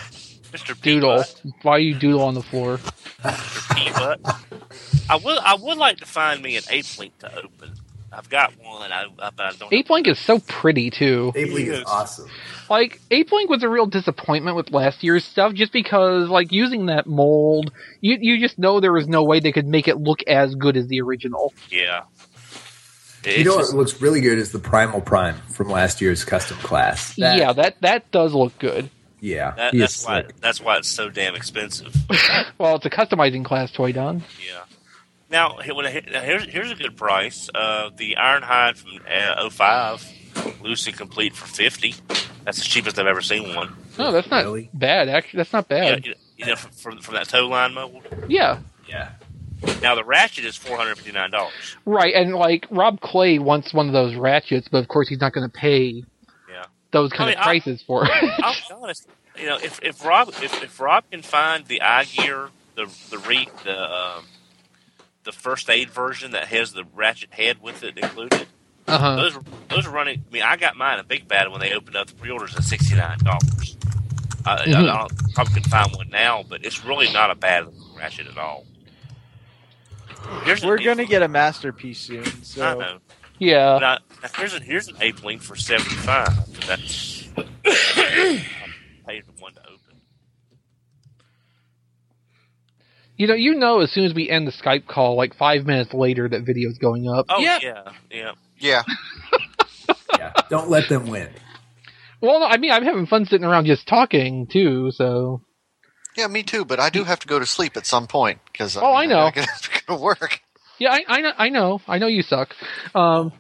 Speaker 5: Mr.
Speaker 2: Doodle.
Speaker 5: Peabutt.
Speaker 2: Why you doodle on the floor?
Speaker 5: Mr. Peabutt. I would I would like to find me an ape link to open. I've got one. I, I, but I don't.
Speaker 2: Ape Link is so pretty too.
Speaker 7: Ape League is
Speaker 6: Yes.
Speaker 7: awesome.
Speaker 2: Like Ape Link was a real disappointment with last year's stuff, just because like using that mold, you you just know there was no way they could make it look as good as the original.
Speaker 5: Yeah.
Speaker 7: you
Speaker 5: It's
Speaker 7: know
Speaker 5: just-
Speaker 7: what looks really good is the Primal Prime from last year's custom class. That-
Speaker 2: yeah, that that does look good.
Speaker 7: yeah.
Speaker 5: that-
Speaker 7: he is
Speaker 5: that's why.
Speaker 7: slick.
Speaker 5: That's why it's so damn expensive.
Speaker 2: Well, it's a customizing class toy, Don.
Speaker 5: Yeah. Now, he- when I hit- now, here's here's a good price. Uh, the Ironhide from uh, 05, loose and complete for fifty. That's the cheapest I've ever seen one.
Speaker 2: No, Oh, that's not
Speaker 7: Really?
Speaker 2: bad. Actually, that's not
Speaker 5: You know,
Speaker 2: bad.
Speaker 5: you know, you know, from, from from that tow line mold.
Speaker 2: yeah.
Speaker 7: Yeah.
Speaker 5: Now the ratchet is four hundred fifty nine dollars.
Speaker 2: Right, and like Rob Clay wants one of those ratchets, but of course he's not going to pay
Speaker 5: Yeah.
Speaker 2: those kind
Speaker 5: I mean,
Speaker 2: of
Speaker 5: I-
Speaker 2: prices for
Speaker 5: [laughs]
Speaker 2: it.
Speaker 5: I'll be honest. You know, if, if Rob if, if Rob can find the eye gear, the the re the um, the first aid version that has the ratchet head with it included,
Speaker 2: uh-huh.
Speaker 5: those those are running. I mean, I got mine a big bad when they opened up the pre-orders at sixty nine dollars. I, I- I, don't, probably could find one now, but it's really not a bad ratchet at all. Here's
Speaker 4: We're
Speaker 5: an-
Speaker 4: gonna get a masterpiece soon.
Speaker 5: I
Speaker 4: So uh,
Speaker 5: know.
Speaker 2: Yeah,
Speaker 5: Now, now here's an here's an ape link for seventy five. [coughs] That's I paid the one to open.
Speaker 2: you know, you know, as soon as we end the Skype call, like five minutes later, that video's going up.
Speaker 5: Oh
Speaker 8: Yep.
Speaker 5: yeah, yeah.
Speaker 3: Yeah,
Speaker 7: yeah. Don't let them win.
Speaker 2: Well, no, I mean, I'm having fun sitting around just talking too. So,
Speaker 3: yeah, me too. But I do have to go to sleep at some point because
Speaker 2: Oh, I know.
Speaker 3: I gotta [laughs] have to go to work.
Speaker 2: yeah, I, I know, I know, I know you suck. Um,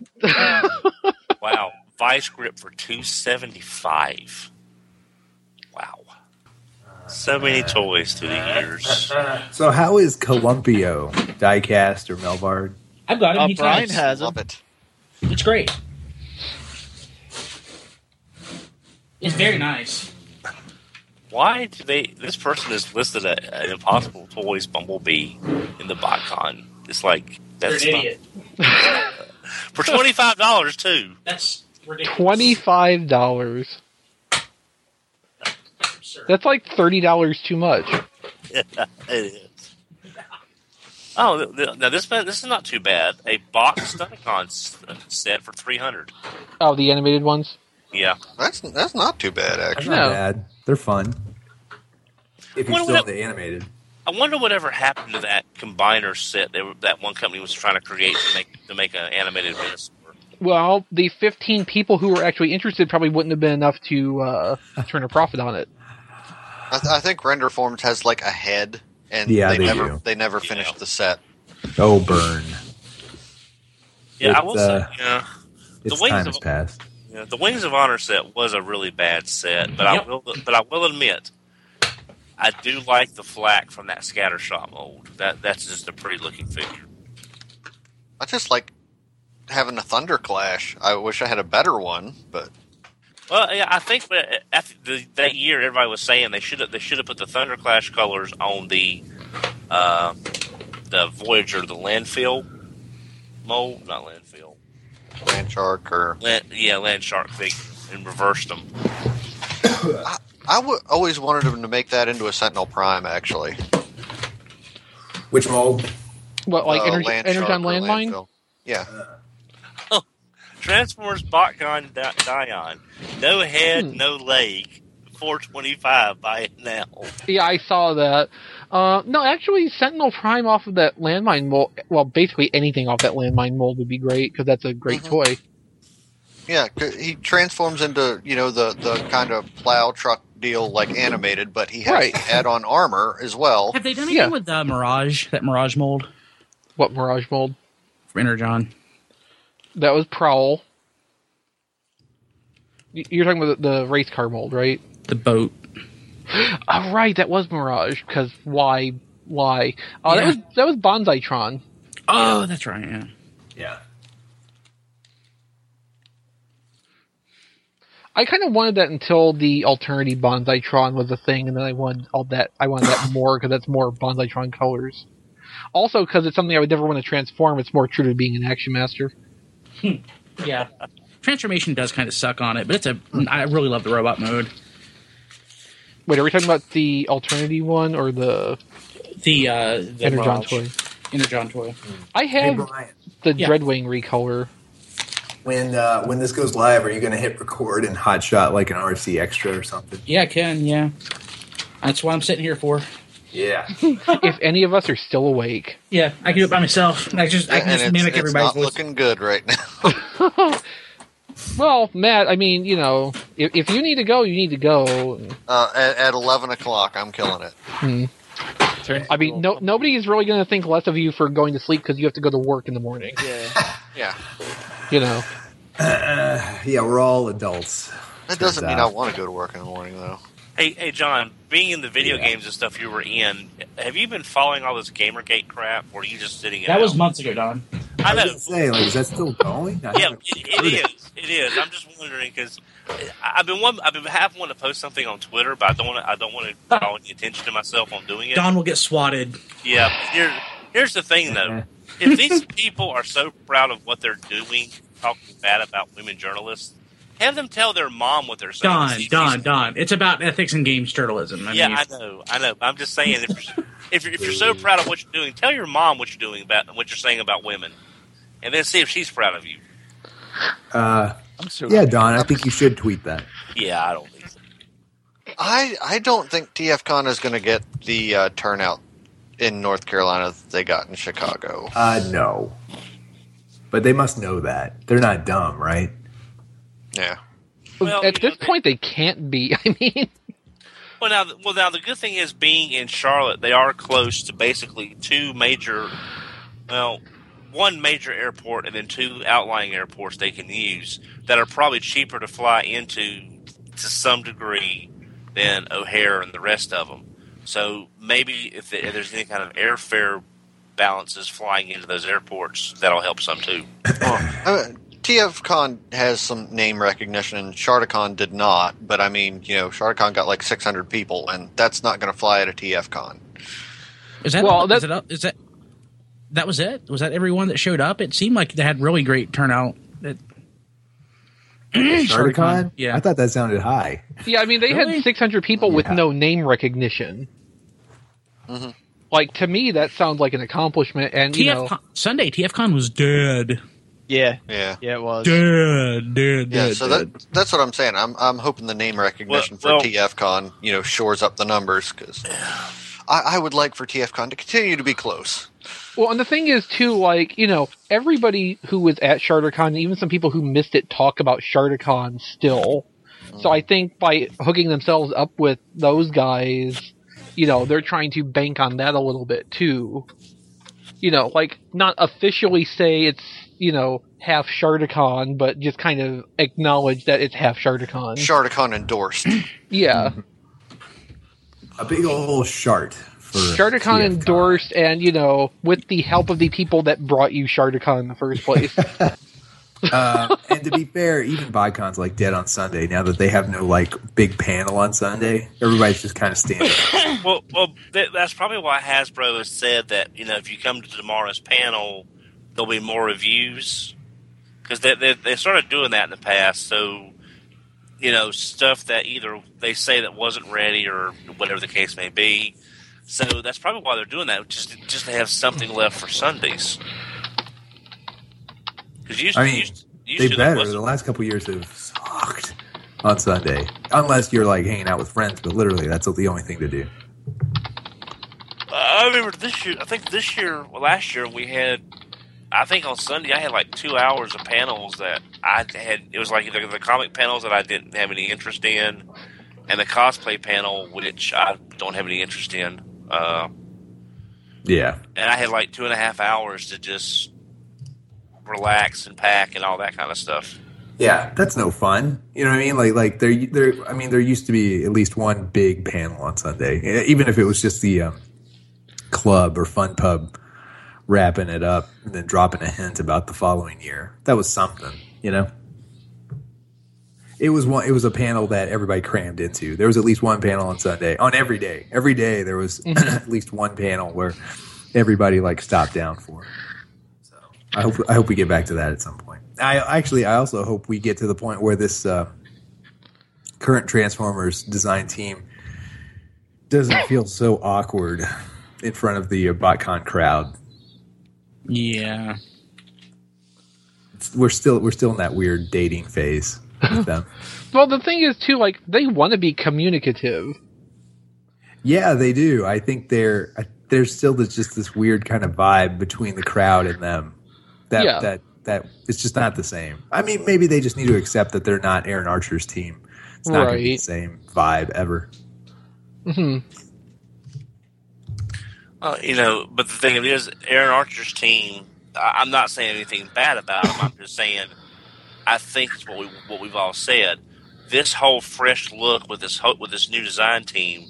Speaker 5: Wow, Vice grip for two seventy five. Wow, so many toys through the years.
Speaker 7: So how is Columpio diecast or Melvard?
Speaker 1: I've got him.
Speaker 4: uh,
Speaker 1: he
Speaker 4: Brian
Speaker 1: types.
Speaker 4: has them.
Speaker 3: Love it.
Speaker 1: It's great. It's very nice.
Speaker 5: Why do they? This person is listed at, at Impossible Toys Bumblebee in the BotCon. It's like
Speaker 1: You're an
Speaker 5: that's not,
Speaker 1: idiot.
Speaker 5: for twenty five dollars too. [laughs]
Speaker 1: That's ridiculous.
Speaker 2: twenty five dollars.
Speaker 1: Sir.
Speaker 2: That's like thirty dollars too much.
Speaker 5: It is. Oh, th- th- now this this is not too bad. A box Stunicon s- set for three hundred.
Speaker 2: Oh, the animated ones.
Speaker 5: Yeah,
Speaker 3: That's that's not too bad
Speaker 7: That's
Speaker 3: actually.
Speaker 7: not
Speaker 2: No.
Speaker 7: bad. They're fun. If you're
Speaker 5: What-
Speaker 7: still
Speaker 5: what-
Speaker 7: into animated.
Speaker 5: I wonder whatever happened to that combiner set that that one company was trying to create to make to make an animated Venusaur.
Speaker 2: Well, the 15 people who were actually interested probably wouldn't have been enough to uh, turn a profit on it.
Speaker 3: I, th- I think Render Forms has like a head, and
Speaker 7: Yeah,
Speaker 3: they,
Speaker 7: they
Speaker 3: never
Speaker 7: do.
Speaker 3: they never finished
Speaker 5: Yeah.
Speaker 3: the set.
Speaker 7: Oh, burn.
Speaker 5: Yeah, I
Speaker 7: It's,
Speaker 5: will
Speaker 7: uh,
Speaker 5: say. Yeah.
Speaker 7: Its
Speaker 5: wings
Speaker 7: time
Speaker 5: of-
Speaker 7: has passed.
Speaker 5: Yeah, the Wings of Honor set was a really bad set, but
Speaker 1: Yep.
Speaker 5: I will but I will admit I do like the flak from that scattershot mold. That that's just a pretty looking figure.
Speaker 3: I just like having a Thunder Clash. I wish I had a better one, but
Speaker 5: Well, yeah, I think that- after the, that year everybody was saying they should have they should have put the Thunderclash colors on the uh, the Voyager, the landfill mold, not landfill.
Speaker 3: Landshark or
Speaker 5: Land, yeah, land shark figure and reversed them.
Speaker 3: I w- always wanted them to make that into a Sentinel Prime. Actually,
Speaker 8: Which mold?
Speaker 2: What, like
Speaker 3: Uh,
Speaker 2: energy,
Speaker 3: Landshark
Speaker 2: energon
Speaker 3: or
Speaker 2: landmine?
Speaker 3: landfill. Yeah,
Speaker 5: Transformers Botcon Di- Dion. No head,
Speaker 1: Hmm.
Speaker 5: no leg. 425 by it now.
Speaker 2: Yeah, I saw that. Uh, no, actually, Sentinel Prime off of that landmine mold. Well, basically anything off that landmine mold would be great because that's a great
Speaker 3: Mhm.
Speaker 2: toy.
Speaker 3: yeah. c- He transforms into you know the the kind of plow truck deal like animated, but he has
Speaker 2: Right.
Speaker 3: the add-on armor as well.
Speaker 1: Have they done anything
Speaker 2: Yeah.
Speaker 1: with uh, Mirage? That Mirage mold
Speaker 2: What Mirage mold?
Speaker 1: from Energon?
Speaker 2: That was Prowl. Y- You're talking about the the race car mold, right?
Speaker 1: The boat.
Speaker 2: Oh, right, that was Mirage. Because why? Why? Oh,
Speaker 1: Yeah.
Speaker 2: that was that was Bonzaitron.
Speaker 1: Oh, that's right. Yeah.
Speaker 8: Yeah.
Speaker 2: I kind of wanted that until the alternative Bonzaitron was a thing, and then I wanted all that. I wanted that [laughs] more because that's more Bonzaitron colors. Also, because it's something I would never want to transform. It's more true to being an action master.
Speaker 1: Yeah. Transformation does kind of suck on it, but it's a. I really love the robot mode.
Speaker 2: Wait, are we talking about the alternative one or the
Speaker 1: The uh, the
Speaker 2: Energon
Speaker 1: Mirage.
Speaker 2: toy?
Speaker 1: Energon toy.
Speaker 2: I
Speaker 8: Hey,
Speaker 2: have
Speaker 8: Brian,
Speaker 2: the
Speaker 1: yeah.
Speaker 2: Dreadwing recolor.
Speaker 8: when uh, when this goes live, are you going to hit record and hotshot like an RFC extra or something?
Speaker 1: Yeah, Ken. Yeah. That's what I'm sitting here for.
Speaker 8: [laughs] Yeah.
Speaker 2: if any of us are still awake,
Speaker 1: Yeah, I can do it by myself. I just [laughs] I can
Speaker 3: and
Speaker 1: just
Speaker 3: it's,
Speaker 1: mimic
Speaker 3: it's
Speaker 1: everybody's
Speaker 3: not
Speaker 1: voice.
Speaker 3: looking good right now. [laughs]
Speaker 2: well, Matt, I mean, you know, if, if you need to go, you need to go.
Speaker 3: Uh, at, at eleven o'clock, I'm killing it.
Speaker 2: I mean, no, nobody is really going to think less of you for going to sleep because you have to go to work in the morning.
Speaker 4: Yeah.
Speaker 3: Yeah,
Speaker 2: [laughs] You know,
Speaker 8: Uh, yeah, we're all adults.
Speaker 3: that doesn't mean
Speaker 8: out.
Speaker 3: I want to go to work in the morning though.
Speaker 5: Hey, hey, John, being in the video
Speaker 8: Yeah.
Speaker 5: games and stuff you were in, have you been following all this Gamergate crap, or are you just sitting in
Speaker 1: That was months ago, Don.
Speaker 5: I
Speaker 8: I
Speaker 5: know.
Speaker 8: was say, like, is that still going? I
Speaker 5: yeah,
Speaker 8: haven't
Speaker 5: it,
Speaker 8: heard
Speaker 5: it is. It is. I'm just wondering because I've been one. I've been half wanting to post something on Twitter, but I don't want. to I don't want to draw any attention to myself on doing it.
Speaker 1: Don will get swatted.
Speaker 5: Yeah. Here, here's the
Speaker 1: [laughs]
Speaker 5: thing, though. If these people are so proud of what they're doing, talking bad about women journalists, have them tell their mom what they're saying.
Speaker 1: Don,
Speaker 5: See,
Speaker 1: Don,
Speaker 5: these-
Speaker 1: Don. It's about ethics and games journalism. I
Speaker 5: yeah,
Speaker 1: mean,
Speaker 5: I know, I know. But I'm just saying, if you're, if, you're, if you're so proud of what you're doing, tell your mom what you're doing about what you're saying about women, and then see if she's proud of you.
Speaker 7: Uh,
Speaker 4: I'm so
Speaker 7: yeah, Don, I think you should tweet that.
Speaker 5: Yeah, I don't think so.
Speaker 3: I I don't think TFCon is going to get the uh, turnout in North Carolina that they got in Chicago.
Speaker 8: Uh, no. But they must know that. They're not dumb, right?
Speaker 3: Yeah.
Speaker 5: Well,
Speaker 2: at
Speaker 5: you know,
Speaker 2: this
Speaker 5: they-
Speaker 2: point, they can't be. [laughs] I mean,
Speaker 5: Well, now, the- well, now the good thing is being in Charlotte, they are close to basically two major, well, one major airport and then two outlying airports they can use that are probably cheaper to fly into to some degree than O'Hare and the rest of them. So maybe if, the, if there's any kind of airfare balances flying into those airports, that'll help some too.
Speaker 3: I mean, TFCon has some name recognition and Shardicon did not, but I mean, you know, Shardicon got like 600 people and that's not going to fly at a TFCon.
Speaker 1: Is that
Speaker 2: Well,
Speaker 1: is
Speaker 2: that-
Speaker 1: it up- Oh, is that that was it? Was that everyone that showed up? It seemed like they had really great turnout. It, Shardicon?
Speaker 7: Shardicon?
Speaker 1: Yeah.
Speaker 7: I thought that sounded high.
Speaker 2: yeah, I mean, they
Speaker 1: Really?
Speaker 2: had 600 people with
Speaker 7: Yeah.
Speaker 2: no name recognition. Like to me, that sounds like an accomplishment, and you know,
Speaker 1: TF Sunday TFCon was dead,
Speaker 4: Yeah.
Speaker 3: Yeah.
Speaker 4: Yeah, it was.
Speaker 1: dead, dead,
Speaker 3: Yeah,
Speaker 1: dead,
Speaker 3: so
Speaker 1: dead.
Speaker 3: that, that's what I'm saying. I'm I'm hoping the name recognition
Speaker 5: Well-
Speaker 3: for TFCon, you know, shores up the numbers because I, I would like for TFCon to continue to be close.
Speaker 2: Well, and the thing is too, like you know, everybody who was at SharderCon, even some people who missed it, talk about SharderCon still. So I think by hooking themselves up with those guys, you know, they're trying to bank on that a little bit too. You know, like not officially say it's you know half SharderCon, but just kind of acknowledge that it's half SharderCon.
Speaker 3: Shardicon endorsed.
Speaker 2: yeah.
Speaker 8: A big old shart for
Speaker 2: SharderCon
Speaker 8: TFCon.
Speaker 2: endorsed, and you know, with the help of the people that brought you SharderCon in the first place.
Speaker 8: Uh,
Speaker 7: and to be fair, even Vicon's like dead on Sunday now that they have no like big panel on Sunday. Everybody's just kind of standing.
Speaker 5: Well, well, that, that's probably why Hasbro has said that you know if you come to tomorrow's panel, there'll be more reviews because they, they they started doing that in the past. So you know stuff that either they say that wasn't ready or whatever the case may be. So that's probably why they're doing that, just just to have something left for Sundays. Because usually,
Speaker 8: I mean,
Speaker 5: usually,
Speaker 8: they
Speaker 5: usually there
Speaker 8: better. The
Speaker 5: wasn't.
Speaker 8: last couple years have sucked on Sunday, unless you're like hanging out with friends. But literally, that's the only thing to do.
Speaker 5: I remember this year. I think this year, well, last year we had. I think on Sunday I had like two hours of panels that I had. It was like either the comic panels that I didn't have any interest in, and the cosplay panel which I don't have any interest in. Uh,
Speaker 7: Yeah,
Speaker 5: and I had like two and a half hours to just relax and pack and all that kind of stuff.
Speaker 8: yeah,
Speaker 7: that's no fun. You know what I mean? Like, like there, there. I mean, there used to be at least one big panel on Sunday, even if it was just the um, club or fun pub wrapping it up and then dropping a hint about the following year. That was something, you know. It was one. It was a panel that everybody crammed into. There was at least one panel on Sunday. On every day, every day there was at least one panel where everybody like stopped down for. It. I hope I hope we get back to that at some point. I actually I also hope we get to the point where this uh, current Transformers design team doesn't feel so awkward in front of the uh, BotCon crowd.
Speaker 1: Yeah.
Speaker 7: It's- We're still we're still in that weird dating phase with them.
Speaker 2: Well, the thing is too, like they want to be communicative.
Speaker 7: yeah, they do. I think they're I- there's still this, just this weird kind of vibe between the crowd and them. That
Speaker 2: Yeah.
Speaker 7: that that it's just not the same. I mean, maybe they just need to accept that they're not Aaron Archer's team. It's not gonna be the
Speaker 2: Right.
Speaker 7: same vibe ever.
Speaker 2: hmm
Speaker 5: Uh, you know, but the thing is, Aaron Archer's team. I, I'm not saying anything bad about him. I'm just saying, I think it's what we what we've all said. This whole fresh look with this ho- with this new design team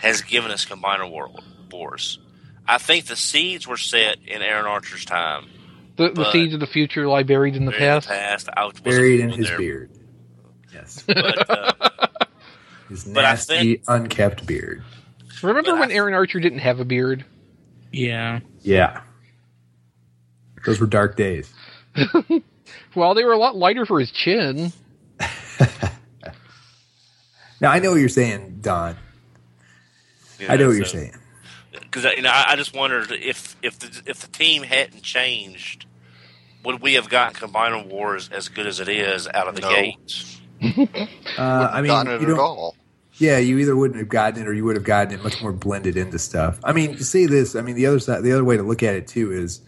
Speaker 5: has given us combiner war- wars. I think the seeds were set in Aaron Archer's time.
Speaker 2: The, the
Speaker 5: But-
Speaker 2: seeds of the future lie buried in the
Speaker 5: Buried in
Speaker 2: past.
Speaker 5: past, I was
Speaker 7: buried in his
Speaker 5: there,
Speaker 7: beard.
Speaker 2: [laughs]
Speaker 7: Yes,
Speaker 5: But,
Speaker 7: [laughs]
Speaker 5: uh,
Speaker 7: his
Speaker 5: But I
Speaker 7: nasty,
Speaker 5: think-
Speaker 7: unkept beard.
Speaker 2: Remember
Speaker 5: But
Speaker 2: when
Speaker 5: I-
Speaker 2: Aaron Archer didn't have a beard?
Speaker 1: Yeah.
Speaker 7: Yeah, those were dark days.
Speaker 2: Well, they were a lot lighter for his chin.
Speaker 7: Now I know what you're saying, Don.
Speaker 5: you
Speaker 7: I know what
Speaker 5: so-
Speaker 7: you're saying.
Speaker 5: because you know I, I just wondered if if the if the team hadn't changed, would we have gotten Combiner Wars as good as it is out of the
Speaker 3: No.
Speaker 5: gate?
Speaker 7: Uh, I mean,
Speaker 3: Not it
Speaker 7: you
Speaker 3: at
Speaker 7: don't,
Speaker 3: all.
Speaker 7: yeah, you either wouldn't have gotten it, or you would have gotten it much more blended into stuff. I mean, you see this. I mean, the other side, the other way to look at it too is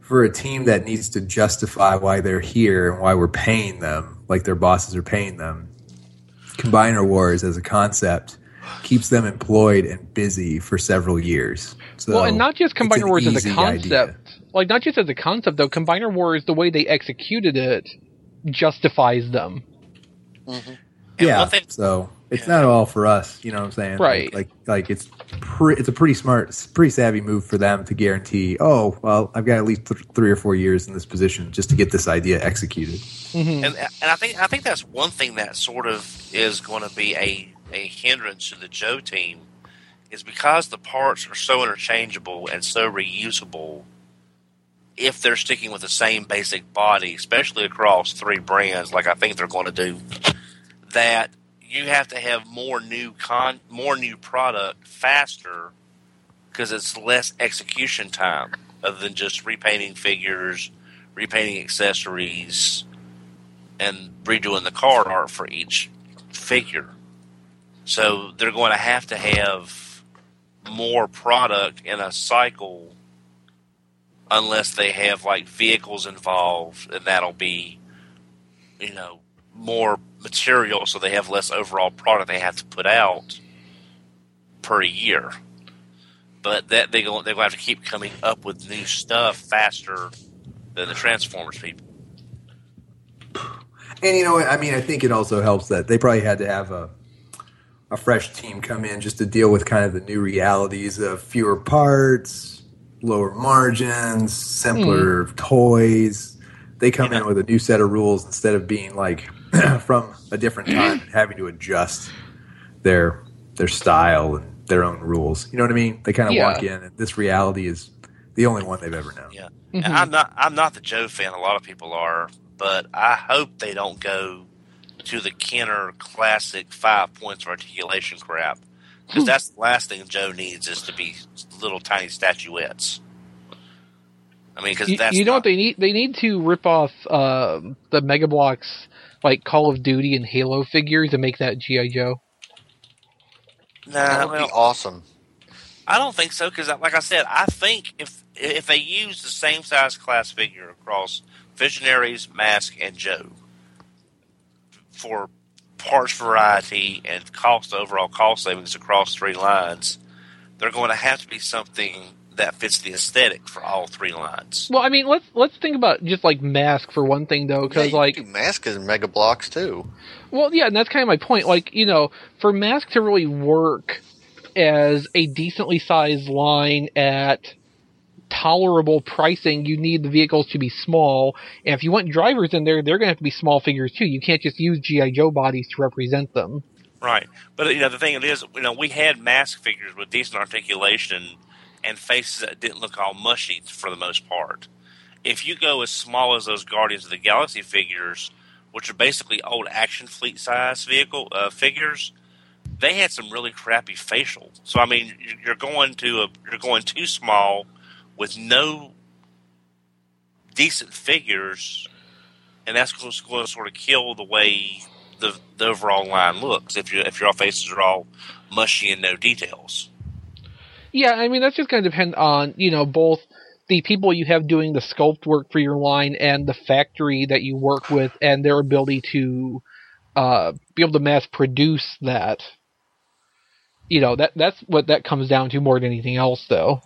Speaker 7: for a team that needs to justify why they're here and why we're paying them, like their bosses are paying them. Combiner wars as a concept keeps them employed and busy for several years. So
Speaker 2: well, and not just
Speaker 7: it's an
Speaker 2: Combiner Wars as
Speaker 7: easy
Speaker 2: a
Speaker 7: idea.
Speaker 2: concept. Like not just as a concept though. Combiner Wars, the way they executed it, justifies them.
Speaker 5: And
Speaker 7: yeah.
Speaker 5: one thing-
Speaker 7: so it's not all for us. You know what I'm saying? Like-
Speaker 2: Right.
Speaker 7: Like, like, it's pre- it's a pretty smart, it's a pretty savvy move for them to guarantee. Oh, well, I've got at least th- three or four years in this position just to get this idea executed.
Speaker 2: hmm
Speaker 5: And and I think I think that's one thing that sort of is going to be a a hindrance to the Joe team is because the parts are so interchangeable and so reusable. If they're sticking with the same basic body, especially across three brands, like I think they're going to do, that you have to have more new con, more new product faster, because it's less execution time other than just repainting figures, repainting accessories, and redoing the card art for each figure. So they're going to have to have more product in a cycle unless they have like vehicles involved and that'll be you know more material so they have less overall product they have to put out per year but that they go, they're going to have to keep coming up with new stuff faster than the transformers people
Speaker 8: And you know what? I mean, I think it also helps that they probably had to have a a fresh team come in just to deal with kind of the new realities of fewer parts, lower margins, simpler toys. They come in with a new set of rules instead of being like [clears throat] from a different time and having to adjust their their style and their own rules. You know what I mean? They kind of
Speaker 2: Yeah.
Speaker 8: walk in and this reality is the only one they've ever known.
Speaker 5: Yeah.
Speaker 2: Mm-hmm.
Speaker 5: And I'm not I'm not the Joe fan. A lot of people are, but I hope they don't go to the Kenner classic five points of articulation crap
Speaker 2: Hmm.
Speaker 5: because that's the last thing Joe needs is to be little tiny statuettes. I mean, because
Speaker 2: You,
Speaker 5: that's
Speaker 2: you know
Speaker 5: not-
Speaker 2: what they need? They need to rip off um the Mega Bloks like Call of Duty and Halo figures and make that GI Joe.
Speaker 5: Nah,
Speaker 3: That would
Speaker 5: well,
Speaker 3: be awesome.
Speaker 5: I don't think so because, like I said, I think if if they use the same size class figure across Visionaries, Mask, and Joe for parts variety and cost overall cost savings across three lines, they're going to have to be something that fits the aesthetic for all three lines.
Speaker 2: Well, I mean, let's let's think about just like mask for one thing though,
Speaker 3: Yeah, you
Speaker 2: because
Speaker 3: could
Speaker 2: like
Speaker 3: do mask is mega blocks too.
Speaker 2: Well, yeah, and that's kind of my point. Like, you know, for Mask to really work as a decently sized line at tolerable pricing, you need the vehicles to be small. And if you want drivers in there, they're going to have to be small figures too. You can't just use GI Joe bodies to represent them.
Speaker 5: Right, but you know the thing is, you know we had Mask figures with decent articulation and faces that didn't look all mushy for the most part. if you go as small as those Guardians of the Galaxy figures, which are basically old action fleet size vehicle uh, figures, they had some really crappy facial. So I mean, you- you're going to a, you're going too small with no decent figures, and that's going to sort of kill the way the, the overall line looks if you if your faces are all mushy and no details.
Speaker 2: Yeah, I mean, that's just going to depend on, you know, both the people you have doing the sculpt work for your line and the factory that you work with and their ability to uh, be able to mass produce that. You know, that that's what that comes down to more than anything else, though.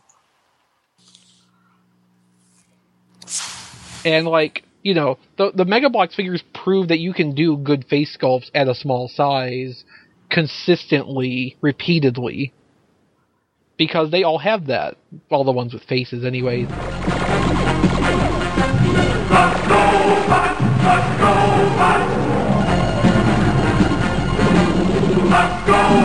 Speaker 2: And, like, you know, the, the Mega Bloks figures prove that you can do good face sculpts at a small size consistently, repeatedly because they all have that. All the ones with faces, anyway.
Speaker 9: Let's go!